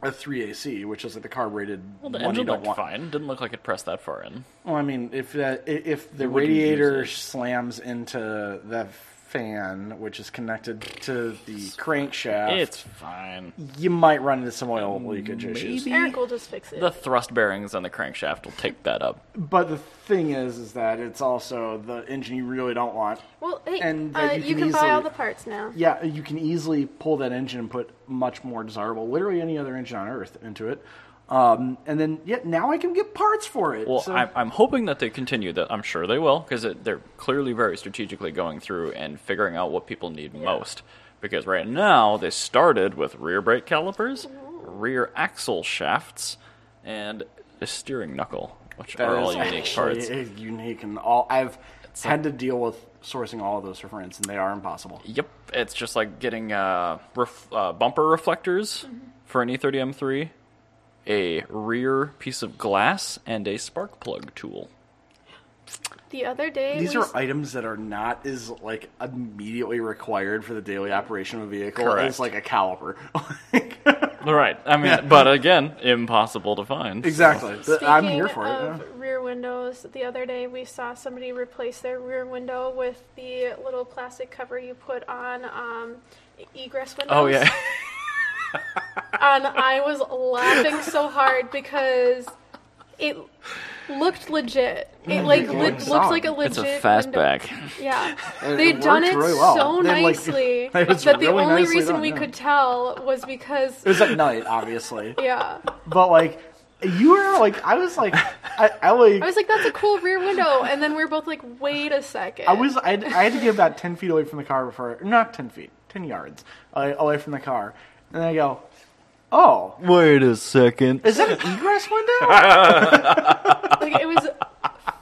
a 3AC, which is like the carbureted
Well, the
one you
engine
don't
looked
want.
fine. Didn't look like it pressed that far in.
Well, I mean, if that i- if the
wouldn't use
radiator
it.
slams into the fan, which is connected to the crankshaft,
It's fine.
you might run into some oil leakage issues.
Eric will just fix it.
The thrust bearings on the crankshaft will take that up.
But the thing is, is that it's also the engine you really don't want.
well, hey,
and
uh,
that you
you
can
can buy all
easily-
the parts now.
Yeah, you can easily pull that engine and put much more desirable, literally any other engine on Earth into it. Um, and then, yeah, now I can get parts for it.
Well,
so,
I'm, I'm hoping that they continue that. I'm sure they will because they're clearly very strategically going through and figuring out what people need most. Because right now they started with rear brake calipers,
Mm-hmm.
rear axle shafts, and a steering knuckle, which
that
are
is
all unique
actually
parts.
a- unique, and all I've had to deal with sourcing all of those for friends, and they are impossible.
Yep, it's just like getting uh, ref- uh, bumper reflectors
Mm-hmm.
for an E E30 M3, a rear piece of glass, and a spark plug tool.
The other day,
These
we
are
s-
items that are not as like immediately required for the daily operation of a vehicle
Correct.
as like a caliper.
Right, I mean, but again, impossible to find. so-
exactly. But I'm
Speaking
here for it.
of
yeah.
Rear windows. The other day, we saw somebody replace their rear window with the little plastic cover you put on um, egress windows.
Oh yeah.
and I was laughing so hard because it looked legit.
Mm-hmm.
It like
it
li-
looks
looks
solid.
like a
It's
legit.
a
window.
fastback.
Yeah,
it
they done
worked
it
really well.
so
They, like-
nicely
it was
that the
really
only
nicely
reason
done,
we
yeah.
could tell was because
It was at night, obviously.
yeah,
But like, you were like, I was like, I, I like,
I was like, that's a cool rear window, and then we are both like, wait a second.
I was, I, had- I had to get about ten feet away from the car before, not ten feet, ten yards uh, away from the car, and I go, oh,
Wait a second.
is that an egress window?
like, it was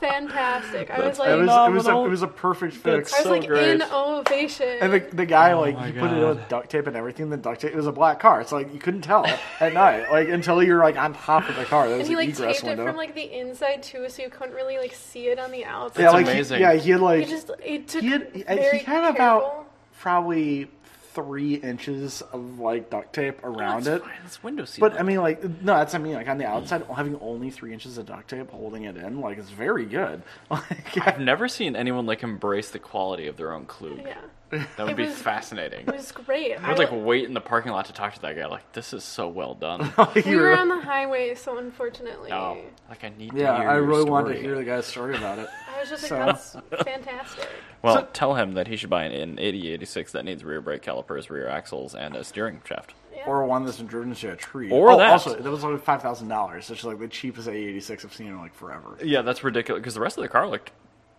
fantastic. I was
That's-
like,
it was,
I
it was, a,
Phenomenal.
it was a perfect fix.
That's
was
so
like
great.
in ovation.
And the, the guy like he put it in
Oh God.
with duct tape and everything. The duct tape it was a black car. It's like you couldn't tell at night, like until you're like on top of the car. That was
and he
an
like
egress
taped
window.
it from like the inside too, so you couldn't really like see it on the outside.
yeah,
That's
like he-
amazing.
yeah, he had like
He just it took
he had he,
very
he had
careful-
about probably three inches of like duct tape around it.
It's window seat.
But I mean, like no, that's I mean, like on the outside, having only three inches of duct tape holding it in, like it's very good. Like,
I've never seen anyone like embrace the quality of their own klug.
Yeah,
That would
It
be
was-
fascinating.
it was great.
I would like wait in the parking lot to talk to that guy. Like, this is so well done.
we were on the highway, so unfortunately,
oh, like I need to
yeah,
hear
I
your
really wanted to
story.
hear the guy's story about it.
I was just like,
So-
that's fantastic.
Well,
So-
tell him that he should buy an, an 8086 that needs rear brake calipers, rear axles, and a steering shaft.
Yeah.
Or one that's been driven to a tree.
Or
oh,
that.
Also, that was only five thousand dollars, which is like the cheapest A86 I've seen in like forever.
Yeah, that's ridiculous because the rest of the car looked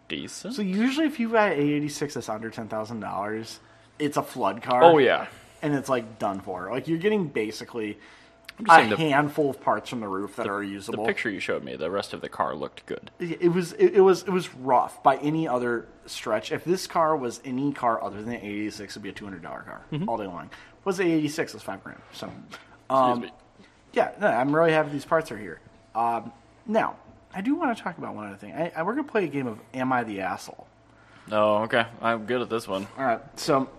decent.
So usually, if you buy an A86 that's under ten thousand dollars, it's a flood car.
oh yeah,
and it's like done for. Like you're getting basically
just
a
saying the-
handful of parts from the roof that are
the
usable.
picture you showed me, the rest of the car looked good.
it was it, it was it was rough by any other stretch. If this car was any car other than the 86, it'd be a two hundred dollar car all day long. Was the 86 was five grand. So, um,
Mm-hmm. Excuse me.
yeah, no, I'm really happy these parts are here. Um, now, I do want to talk about one other thing. I, I we're gonna play a game of Am I the asshole?
Oh, okay. I'm good at this one.
All right, so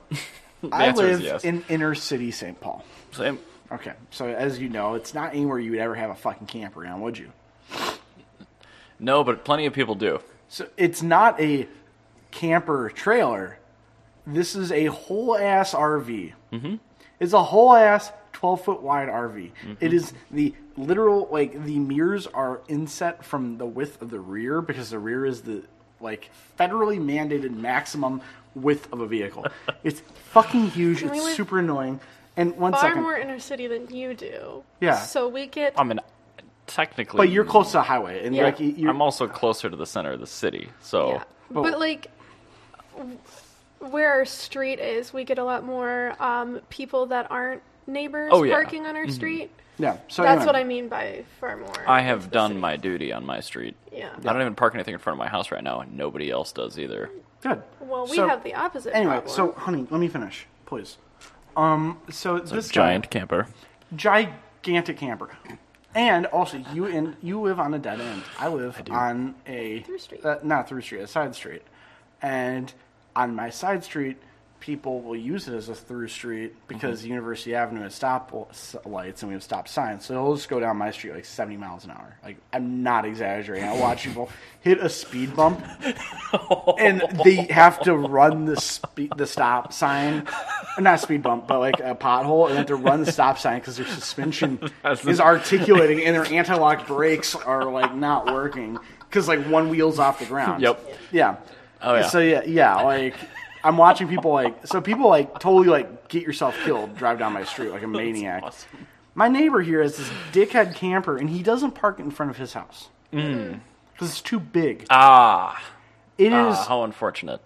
I
answer is
live
yes.
in inner city St. Paul.
Same.
Okay, so as you know, it's not anywhere you would ever have a fucking camper on, would you?
No, but plenty of people do.
So it's not a camper trailer. This is a whole ass RV. Mm-hmm. It's a whole ass twelve foot wide RV. It is the literal like the mirrors are inset from the width of the rear because the rear is the like federally mandated maximum width of a vehicle. it's fucking huge.
we
It's
live
super annoying. And one
Far
second,
more inner city than you do.
Yeah.
So we get.
I mean, technically,
but you're close to the highway, and
Yeah.
like you- you're,
I'm also closer to the center of the city, so
yeah. But, like, w- where our street is, we get a lot more um, people that aren't neighbors
Oh, yeah.
parking on our street.
Oh, yeah. So
That's
anyway.
what I mean by far more.
I have done my duty on my street.
Yeah.
I don't even park anything in front of my house right now, and nobody else does either.
Good.
Well, we
So-
have the opposite.
Anyway,
problem.
so honey, let me finish, please. Um, so this guy-
Giant camper.
gigantic camper, and also you in you live on a dead end. I live on a
Through street.
uh, not through street, a side street, and on my side street, people will use it as a through street because University Avenue has stop l- s- lights and we have stop signs, so they'll just go down my street like seventy miles an hour. Like I'm not exaggerating. I watch people hit a speed bump and they have to run the speed, the stop sign, not speed bump, but like a pothole, and they have to run the stop sign because their suspension is articulating and their anti-lock brakes are like not working because like one wheel's off the ground.
Yep.
Yeah.
Oh, yeah.
So yeah, yeah, like. I'm watching people like so people like totally like get yourself killed drive down my street like a maniac.
awesome.
My neighbor here has this dickhead camper and he doesn't park it in front of his house because it's too big.
Ah,
It is
Mm. ah, how unfortunate.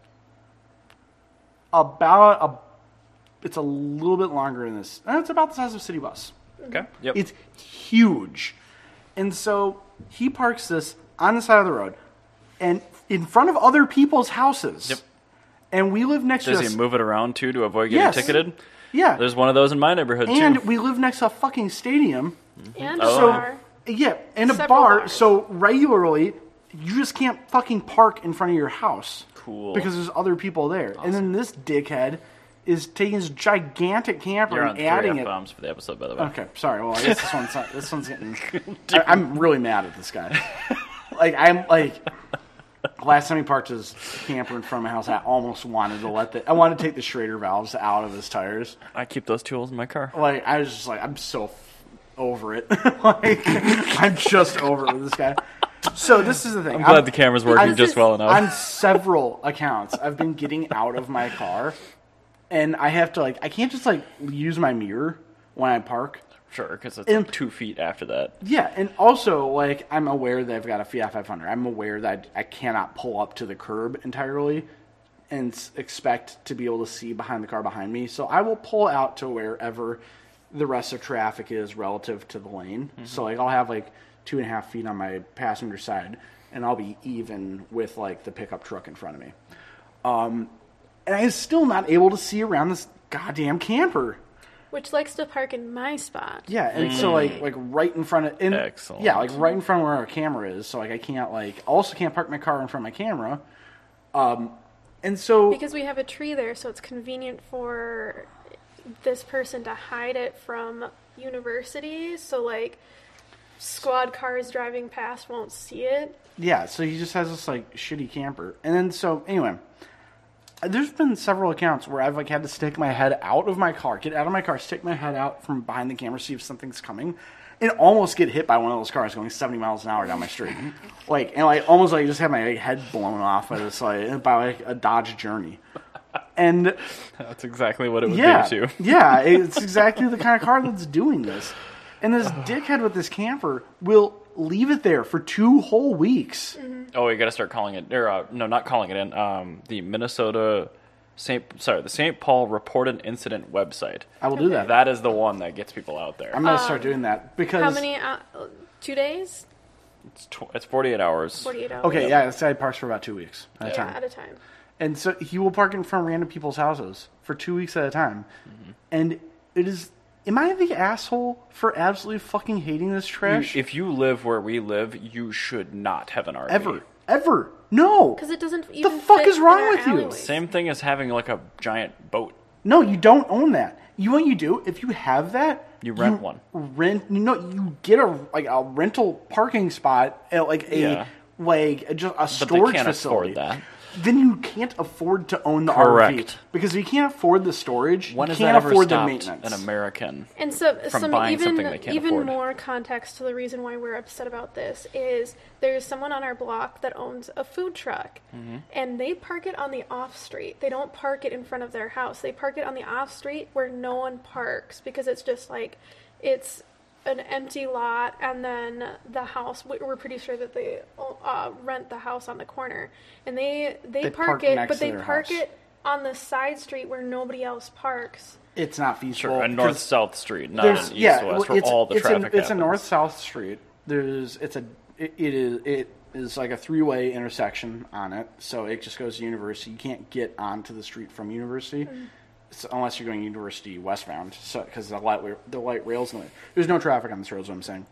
about a it's a little bit longer than this and it's about the size of a city bus
Okay. Yep.
it's huge and so he parks this on the side of the road and in front of other people's houses
Yep.
and we live next
Does
to this
he move it around too to avoid getting
Yes.
ticketed?
yeah
There's one of those in my neighborhood
and
too.
we live next to a fucking stadium
and
Oh.
so, bar.
yeah and a
Several
bar
bars.
so regularly you just can't fucking park in front of your house
Cool.
because there's other people there and then this dickhead is taking his gigantic camper
You're on
and
three
adding it
F-bombs for the episode, by the way.
Okay, sorry. Well, I guess this one's not, this one's getting. I, I'm really mad at this guy. like I'm like. Last time he parked his camper in front of my house, I almost wanted to let the I wanted to take the Schrader valves out of his tires.
I keep those tools in my car.
Like I was just like, I'm so f- over it. like I'm just over it with this guy. So this is the thing.
I'm glad the camera's working
This
just
is-
well enough.
on several accounts i've been getting out of my car and i have to like i can't just like use my mirror when i park
Sure, because it's
And-
like two feet after that.
yeah and also like i'm aware that i've got a fiat 500 i'm aware that i, I cannot pull up to the curb entirely and s- expect to be able to see behind the car behind me so i will pull out to wherever the rest of traffic is relative to the lane so like i'll have like two and a half feet on my passenger side and i'll be even with like the pickup truck in front of me Um, and I was still not able to see around this goddamn camper.
which likes to park in my spot.
Yeah, and so like like right in front of in,
Excellent.
Yeah, like right in front of where our camera is. So like I can't like also can't park my car in front of my camera. Um, and so
Because we have a tree there, so it's convenient for this person to hide it from university. So like, squad cars driving past won't see it.
yeah, so he just has this like shitty camper. And then so anyway, there's been several accounts where I've like had to stick my head out of my car, get out of my car, stick my head out from behind the camera, see if something's coming, and almost get hit by one of those cars going 70 miles an hour down my street. like and like almost like just had my head blown off by this like by like a Dodge Journey. And
That's exactly what it would
yeah,
be too.
yeah, it's exactly the kind of car that's doing this. And this dickhead with this camper will leave it there for two whole weeks.
Mm-hmm.
Oh, you got to start calling it. Or uh, no, not calling it in. Um, the Minnesota Saint sorry, the Saint Paul reported incident website.
I will do that.
That is the one that gets people out there.
I'm gonna start doing that because
Um, How many? hou- two days?
It's, tw- it's 48 hours.
Forty-eight hours.
Okay, yeah, this guy parks for about two weeks at a
Yeah,
time.
at a time.
And so he will park in front of random people's houses for two weeks at a time.
Mm-hmm.
And it is. Am I the asshole for absolutely fucking hating this
You-
trash?
if you live where we live, you should not have an RV.
ever. Ever. No.
Because it doesn't. Even
fuck
fit
is
in
wrong
our
with you?
alleyways.
Same thing as having like a giant boat.
No, you don't own that. You know what you do? If you have that,
You rent one.
Rent no, you get a like a rental parking spot at like a
Yeah.
like a, just a
But
storage
they can't
facility.
afford that.
Then you can't afford to own the RV
Correct.
because if you can't afford the storage,
When
you
has
can't
that ever
afford the
stopped
maintenance.
an American?
And so,
from
some
buying
even
something they can't
even
afford.
more context to the reason why we're upset about this is there's someone on our block that owns a food truck, and they park it on the off street. They don't park it in front of their house. They park it on the off street where no one parks because it's just like it's an empty lot, and then the house. we- We're pretty sure that they uh, rent the house on the corner, and they they,
They
park,
park
it,
next
but
to
they
their
park
house.
it on the side street where nobody else parks.
it's not
Sure,
feasible.
a
'cause
north south street, not an
there's-
east
yeah, well,
west where
it's,
all the
it's a-
traffic
it's a
happens.
north south street. There's it's a it, it is it is like a three way intersection on it, so it just goes to University. You can't get onto the street from University. So- unless you're going University westbound, so because the light the light rails in there. There's no traffic on this road. Is what I'm saying.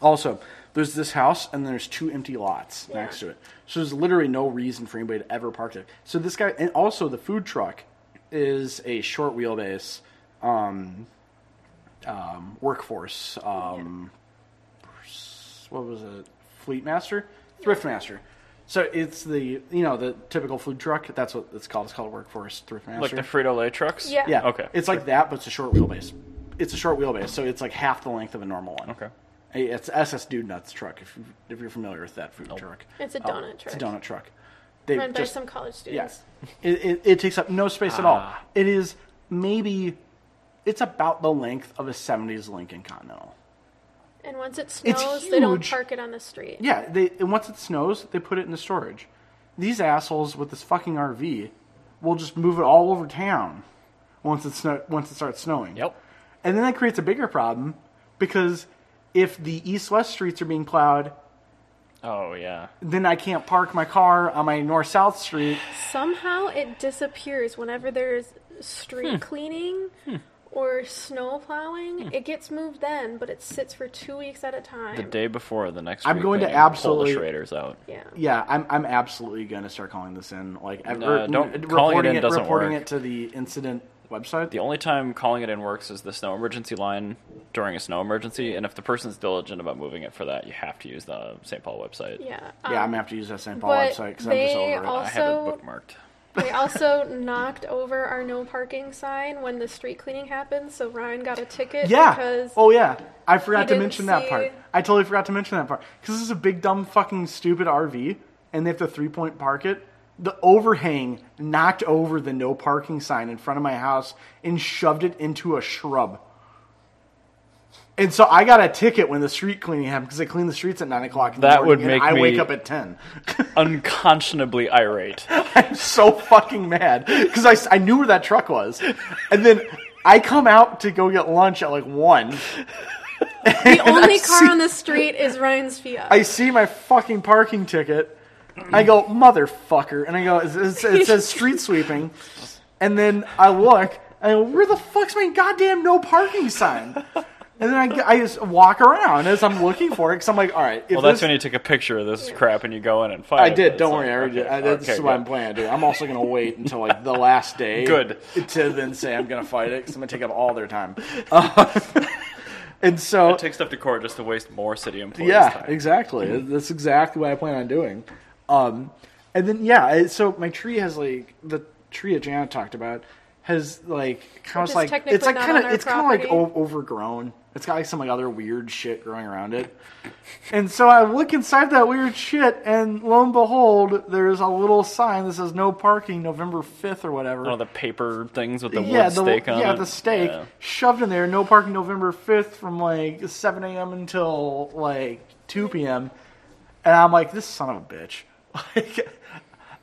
Also, there's this house and there's two empty lots next to it. So there's literally no reason for anybody to ever park there. So this guy, and also the food truck is a short wheelbase um, um, workforce. Um, What was it? Fleet Master? Thrift Master. So it's the, you know, the typical food truck. That's what it's called. It's called Workforce Thrift Master.
like the Frito Lay trucks.
Yeah.
Yeah.
Okay.
It's like that, but it's a short wheelbase. It's a short wheelbase, so it's like half the length of a normal one.
Okay.
Hey, It's SS Dude Nuts truck. If you, if you're familiar with that food truck, Oh,
It's a donut
It's a
truck.
donut truck. They
Run by
just
some college students.
yes. It, it, it takes up no space at all.
Ah.
It is maybe it's about the length of a '70s Lincoln Continental.
And once it snows, they don't
huge.
park it on the street.
Yeah. They and once it snows, they put it into storage. These assholes with this fucking RV will just move it all over town once it snow, once it starts snowing.
Yep.
And then that creates a bigger problem because if the east west streets are being plowed,
Oh yeah.
then I can't park my car on my north south street.
Somehow it disappears whenever there's street
Hmm.
cleaning or snow plowing. It gets moved then, but it sits for two weeks at a
The
time.
day before the next.
I'm
street
going to
cleaning, pull
absolutely-
the Schraders out.
yeah.
Yeah, I'm I'm absolutely gonna start calling this in. Like ever,
don't- calling it in doesn't
reporting
work.
it to the incident website.
The only time calling it in works is the snow emergency line during a snow emergency, and if the person's diligent about moving it for that, you have to use the St. Paul website.
Yeah.
yeah, I'm
um,
gonna have to use that St. Paul
but
website because I'm just
they
over
I
it.
have
Also-
it bookmarked.
they also knocked over our no parking sign when the street cleaning happened, so Ryan got a ticket
Yeah.
because
oh yeah. I forgot
he
to
didn't
mention that part.
see-
I totally forgot to mention that part because this is a big, dumb, fucking, stupid RV, and they have to three point park it. The overhang knocked over the no parking sign in front of my house and shoved it into a shrub. And so I got a ticket when the street cleaning happened because they clean the streets at nine o'clock. In
That
the
would
morning, and
make
I
me-
wake up at ten.
Unconscionably irate.
I'm so fucking mad because I, s- I knew where that truck was, and then I come out to go get lunch at like one.
the only car
see-
on the street is Ryan's Fiat.
I see my fucking parking ticket. I go, motherfucker. And I go, it, it, it says street sweeping. And then I look, and I go, where the fuck's my goddamn no parking sign? And then I, g- I just walk around as I'm looking for it because I'm like, all right. If
Well, that's
this,
when you take a picture of this
Yeah.
crap and you go in and fight.
I
it,
did.
but
Don't
it's
worry. I
like,
already did.
okay,
I, that's
okay,
what
good.
I'm planning to do. I'm also going to wait until like the last day.
Good.
To then say I'm going to fight it because I'm going to take up all their time. Uh, and so
Take stuff to court just to waste more city employees'
yeah,
time.
exactly. That's exactly what I plan on doing. Um, and then yeah, I- so my tree has like the Tria Janet talked about has like kind of
Which is
like
technically
it's like
not
kind
on
of
our
it's kind of like
property.
o- overgrown. It's got like some like other weird shit growing around it. And so I look inside that weird shit, and lo and behold, there's a little sign that says "No Parking" November fifth or whatever.
One of the paper things with the
yeah,
wood stake
the,
on
yeah,
it.
the stake
Yeah.
shoved in there. No parking November fifth from like seven a.m. until like two p.m. And I'm like, this son of a bitch. Like,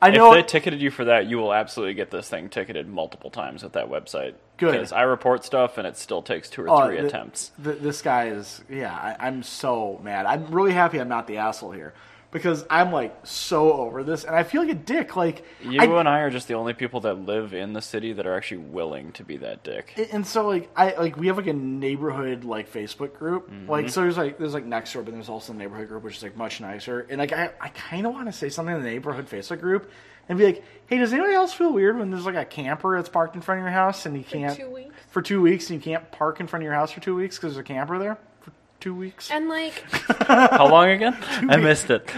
I
If
know
they ticketed you for that, you will absolutely get this thing ticketed multiple times at that website.
Good.
Because I report stuff and it still takes two or
Oh,
three
th-
attempts.
th- this guy is, yeah, I, I'm so mad. I'm really happy I'm not the asshole here because I'm like so over this, and I feel like a dick. Like
You
I-
and I are just the only people that live in the city that are actually willing to be that dick.
and so like I like we have like a neighborhood like Facebook group. Like so there's like there's like next door, but there's also a neighborhood group which is like much nicer. And like I, I kinda wanna say something in the neighborhood Facebook group and be like, Hey, does anybody else feel weird when there's like a camper that's parked in front of your house and you can't
two weeks.
for two weeks and you can't park in front of your house for two weeks because there's a camper there for two weeks?
And like,
How long again? I missed it.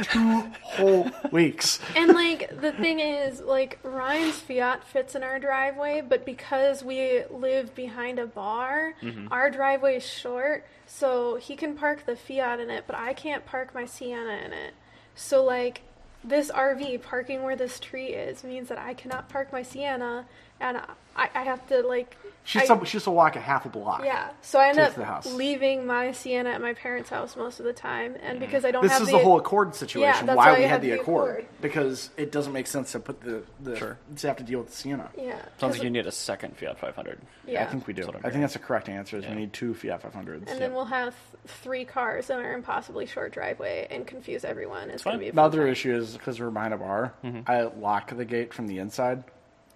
Whole weeks.
and like the thing is, like Ryan's Fiat fits in our driveway, but because we live behind a bar,
Mm-hmm.
our driveway is short, so he can park the Fiat in it, but I can't park my Sienna in it. So like, this RV parking where this tree is means that I cannot park my Sienna, and I, I have to like.
She's
I-
some she's to walk a half a block.
Yeah, so I end
Take the
up
house.
leaving my Sienna at my parents' house most of the time, and because I don't
Mm-hmm. This
have
is the, whole Accord situation.
that's
why,
why
we
I
had
had
the
the
Accord.
Accord.
because it doesn't make sense to put the, the
Sure.
to have to deal with the Sienna.
yeah.
Sounds
'cause-
like you need a second Fiat 500.
yeah.
I think we do.
That's what I'm
I
hearing.
think that's the correct answer. Is
Yeah.
we need two Fiat 500s.
And then we'll have three cars in our impossibly short driveway and confuse everyone. It's gonna
fine.
be a fun
Another
time.
issue is because we're behind a bar, I lock the gate from the inside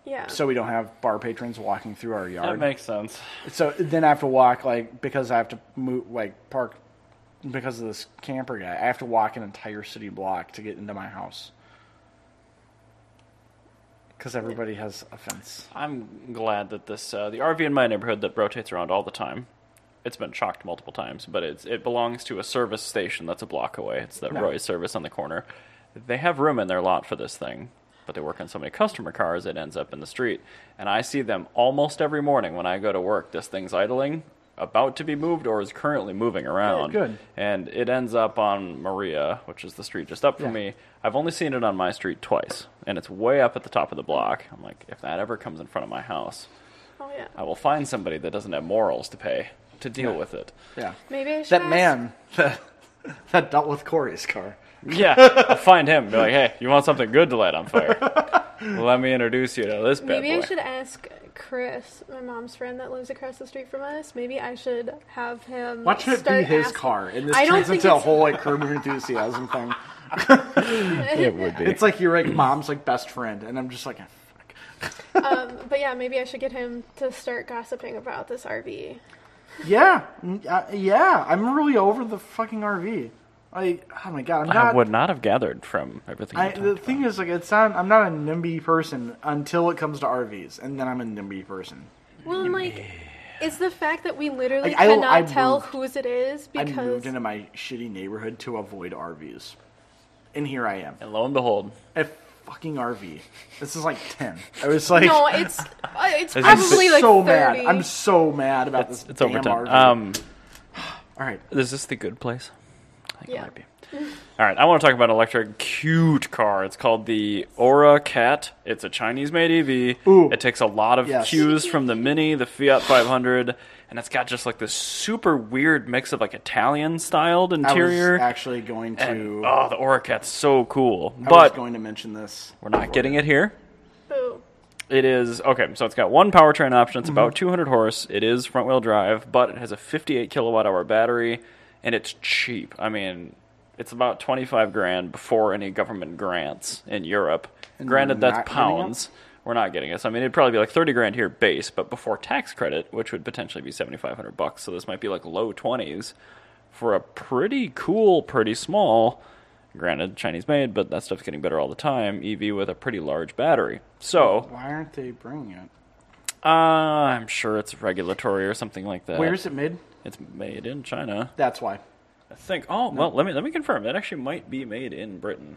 Yeah.
so we don't have bar patrons walking through our
That
yard.
makes sense.
so then I have to walk like because I have to move like park because of this camper guy. I have to walk an entire city block to get into my house because everybody has a fence.
I'm glad that this uh, the RV in my neighborhood that rotates around all the time. It's been shocked multiple times, but it's it belongs to a service station that's a block away. It's that
No.
Roy service on the corner. They have room in their lot for this thing, but they work on so many customer cars it ends up in the street. And I see them almost every morning when I go to work. This thing's idling, about to be moved, or is currently moving around.
good.
And it ends up on Maria, which is the street just up from
Yeah.
me. I've only seen it on my street twice, and it's way up at the top of the block. I'm like, if that ever comes in front of my house,
oh yeah.
I will find somebody that doesn't have morals to pay to deal with it.
Yeah,
Maybe I should
that
ask-
man that, that dealt with Corey's car.
Yeah, I'll find him. Be like, hey, you want something good to light on fire? Let me introduce you to this bad
Maybe I
boy.
should ask Chris, my mom's friend that lives across the street from us. Maybe I should have him.
Watch it
start
be his
asking-
car, and this
I don't
turns
think
into a
it's-
whole like Curb Your Enthusiasm thing.
It would be.
It's like you're like mom's like best friend, and I'm just like, "Ah, fuck.
But yeah, maybe I should get him to start gossiping about this RV.
Yeah, n- uh, yeah. I'm really over the fucking RV. Like, oh my god, I'm
I
not.
would not have gathered from everything. you
I,
talked
the
about.
thing is, like, it's not. I'm not a NIMBY person until it comes to RVs, and then I'm a NIMBY person.
Well, and like, it's the fact that we literally
Like, I-
cannot
I
tell
moved-
whose it is because
I moved into my shitty neighborhood to avoid RVs, and here I am.
and lo and behold,
A fucking RV. This is like ten. I was like,
no, it's uh, it's
I'm
I'm
probably like
so
thirty.
mad. I'm so mad about
it's,
this.
it's over
damn
time.
RV.
Um,
All right.
is this the good place? I think it
Yeah.
might be. All right, I want to talk about an electric cute car. It's called the Aura Cat. It's a Chinese-made EV.
Ooh.
It takes a lot of
Yes.
cues from the Mini, the Fiat 500, and it's got just like this super weird mix of like Italian-styled
I
interior.
was actually going to.
And, oh, the Aura Cat's so cool,
I was
but
going to mention this.
we're not getting it here.
Boo.
It is okay. So it's got one powertrain option. It's
Mhm.
about 200 horse. It is front wheel drive, but it has a 58 kilowatt hour battery, and it's cheap. I mean, it's about 25 grand before any government grants in Europe. Granted,
not
that's
getting it?
pounds. We're not getting it. So I mean, it'd probably be like 30 grand here base, but before tax credit, which would potentially be 7,500 bucks. So this might be like low 20s for a pretty cool, pretty small. Granted, Chinese made, but that stuff's getting better all the time. EV with a pretty large battery. So,
Why aren't they bringing it?
uh, I'm sure it's regulatory or something like that.
Where's it made?
It's made in China.
That's why.
I think. Oh well, let me let me confirm. That actually might be made in Britain.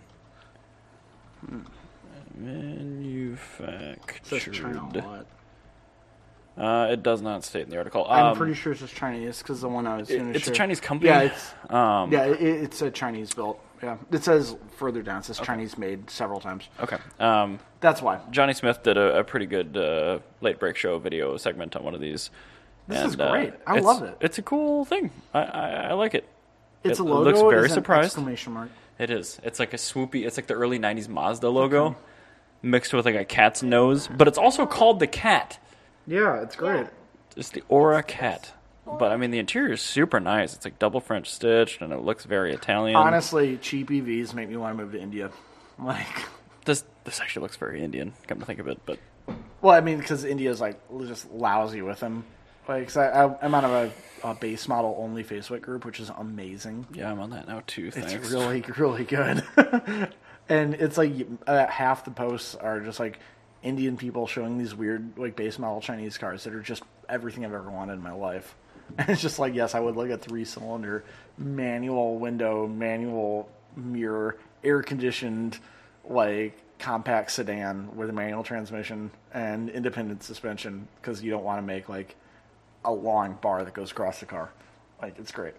Says China a
Manufactured.
lot.
Uh, it does not state in the article.
I'm
Um,
pretty sure it's just Chinese because the one I was.
it-
doing is
it's a
sure-
Chinese company.
Yeah, it's
Um,
yeah, it, it's a Chinese built. Yeah, it says further down. It says Chinese made several times.
Okay. Um,
That's why.
Johnny Smith did a, a pretty good uh, late break show video segment on one of these.
This is
uh,
great. I
it's-
love it.
It's a cool thing. I, I, I like it.
It's
it
a logo.
looks very
is an
surprised.
Exclamation mark.
It is. It's like a swoopy. It's like the early '90s Mazda logo, mixed with like a cat's nose. But it's also called the cat.
Yeah, it's great.
It's the Aura cat. But I mean, the interior is super nice. It's like double French stitched, and it looks very Italian.
Honestly, cheap EVs make me want to move to India. Like,
this this actually looks very Indian. Come to think of it, but
well, I mean, because India's like just lousy with them. Like, 'cause I, I, I'm out of a, a base model only Facebook group, which is amazing.
yeah, I'm on that now too. Thanks.
It's really, really good. and it's like uh, half the posts are just like Indian people showing these weird, like base model Chinese cars that are just everything I've ever wanted in my life. And it's just like, yes, I would like a three cylinder manual window, manual mirror, air conditioned, like compact sedan with a manual transmission and independent suspension because you don't want to make like a long bar that goes across the car. Like, it's great.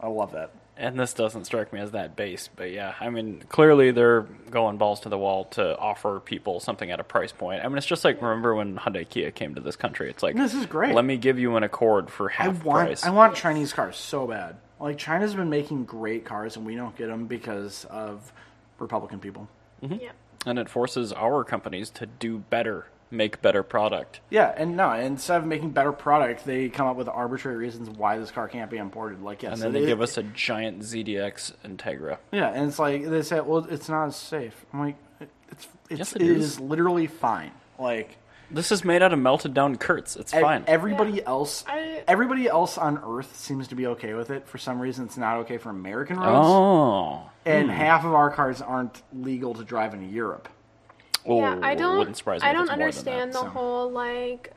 I love that.
and this doesn't strike me as that base, but yeah, I mean, clearly they're going balls to the wall to offer people something at a price point. I mean, it's just like remember when Hyundai Kia came to this country? It's like
This is great.
Let me give you an Accord for half
I want
price.
I want Chinese cars so bad. Like China's been making great cars, and we don't get them because of Republican people.
Yeah.
and it forces our companies to do better, make better product.
Yeah, and no, instead of making better product, they come up with arbitrary reasons why this car can't be imported. Like yes,
And then
it-
they give us a giant ZDX Integra.
yeah, and it's like they say, well, it's not as safe. I'm like, it's it's
Yes, it
it
is.
is literally fine. Like
This is made out of melted down Kurtz. It's
e-
fine.
everybody
Yeah.
else,
I-
everybody else on Earth seems to be okay with it. For some reason, it's not okay for American roads,
oh.
and half of our cars aren't legal to drive in Europe.
Oh,
yeah, I don't.
wouldn't surprise me
I
if
don't
it's more than
understand
that.
so.
the whole like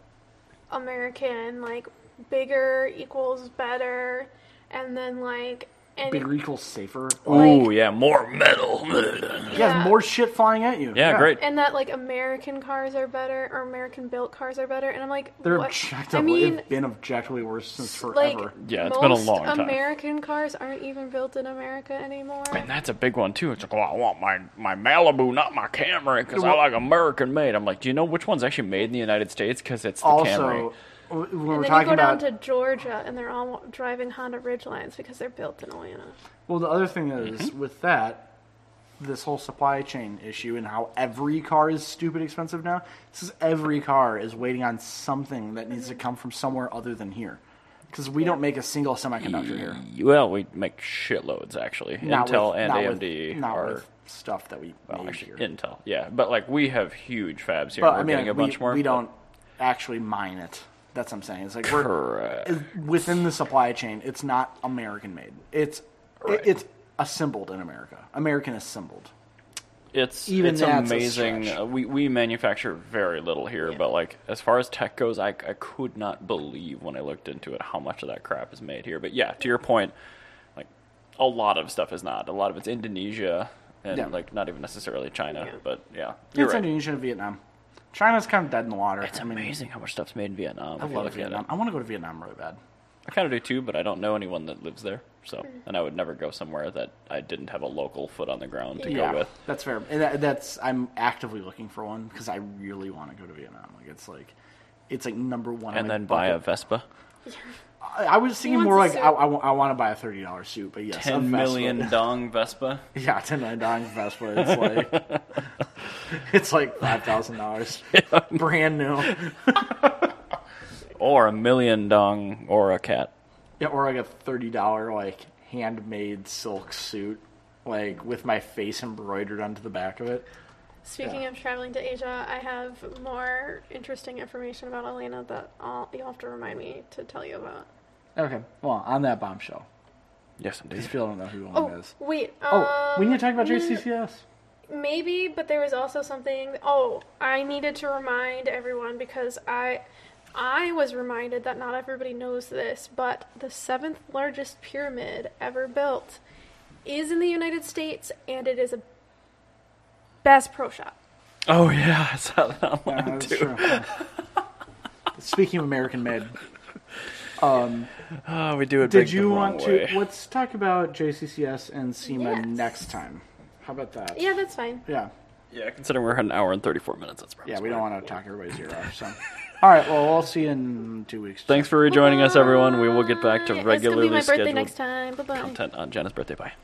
American like bigger equals better, and then like and
Bigger equals safer.
Ooh,
like-
yeah, more metal.
Yeah,
Yeah.
more shit flying at you.
yeah, great.
and that like American cars are better or American built cars are better, and I'm like,
They're
what?
objectively
I mean,
have been objectively worse since
like
forever.
Yeah, it's been a
most
long time.
American cars aren't even built in America anymore.
And that's a big one too. It's like, oh, I want my my Malibu, not my Camry, because I like American made. I'm like, do you know which one's actually made in the United States? Because it's the Camry.
also, w- when we're
And then you
talking
go
about
down to Georgia, and they're all driving Honda Ridgelines because they're built in Atlanta.
well, the other thing is
Mm-hmm.
with that, this whole supply chain issue and how every car is stupid expensive now. This is every car is waiting on something that needs to come from somewhere other than here, because we don't make a single semiconductor here.
Well, we make shitloads actually.
Not
Mm. Intel
with-
and
not
AMD
with, not
are
with stuff that we
well,
made
actually
here.
Intel. Yeah, but like we have huge fabs here.
But
We're
I mean,
getting a
we,
bunch more.
we
but-
don't actually mine it. That's what I'm saying. It's like
Correct.
we're it- within the supply chain. It's not American made. It's
Right.
it, it's assembled in America. American assembled.
It's
Even
it's
that's a
amazing.
stretch.
Uh, We we manufacture very little here, but like as far as tech goes, I I could not believe when I looked into it how much of that crap is made here. But yeah, to your point, like a lot of stuff is not. A lot of it's Indonesia and
Yeah.
like not even necessarily China,
Yeah.
but yeah, you're
it's
right.
Indonesia and Vietnam. China's kind of dead in the water.
It's amazing how much stuff's made in Vietnam.
I
if you
love
look at it.
Vietnam. I want to go to Vietnam really bad.
I kind of do too, but I don't know anyone that lives there. So,
Hmm.
and I would never go somewhere that I didn't have a local foot on the ground to
Yeah,
go with.
that's fair. And that, that's I'm actively looking for one because I really want to go to Vietnam. Like it's like. It's like number one. on
And
my
then buy a
bucket-
Vespa.
I I was thinking
wants
more
a
like
suit.
I, want to buy a thirty dollars suit, but yes, a
Ten
Vespa.
million dong Vespa.
Yeah, ten million dollars Vespa. It's like it's like five thousand dollars, brand new.
Or a million dong or a cat.
Yeah, or like a thirty dollar like handmade silk suit, like with my face embroidered onto the back of it.
Speaking
Yeah.
of traveling to Asia, I have more interesting information about Elena that I'll, you'll have to remind me to tell you about.
Okay, well, on that bombshell,
Yes, indeed.
these people don't know who Owen
Oh,
is.
wait.
Oh, we
um,
need to talk about
no, no, no.
JCCS.
Maybe, but there was also something. Oh, I needed to remind everyone because I, I was reminded that not everybody knows this, but the seventh largest pyramid ever built is in the United States, and it is a Bass Pro Shop.
Oh yeah, I saw that online
Yeah, that's
too.
true. Speaking of American Med,
Oh, we do it.
did
big the
you want
wrong
to?
way.
Let's talk about JCCS and SEMA
Yes.
next time. How about that?
Yeah, that's fine.
Yeah.
Yeah, considering we're at an hour and thirty-four minutes, that's probably.
Yeah, we
smart.
don't want to talk everybody's ear off. So, all right. Well, we'll see you in two weeks.
Thanks for rejoining us, everyone. We will get back to
Bye. It's gonna be
regularly
my birthday
scheduled
next time. Bye bye.
content on Janice's birthday. Bye.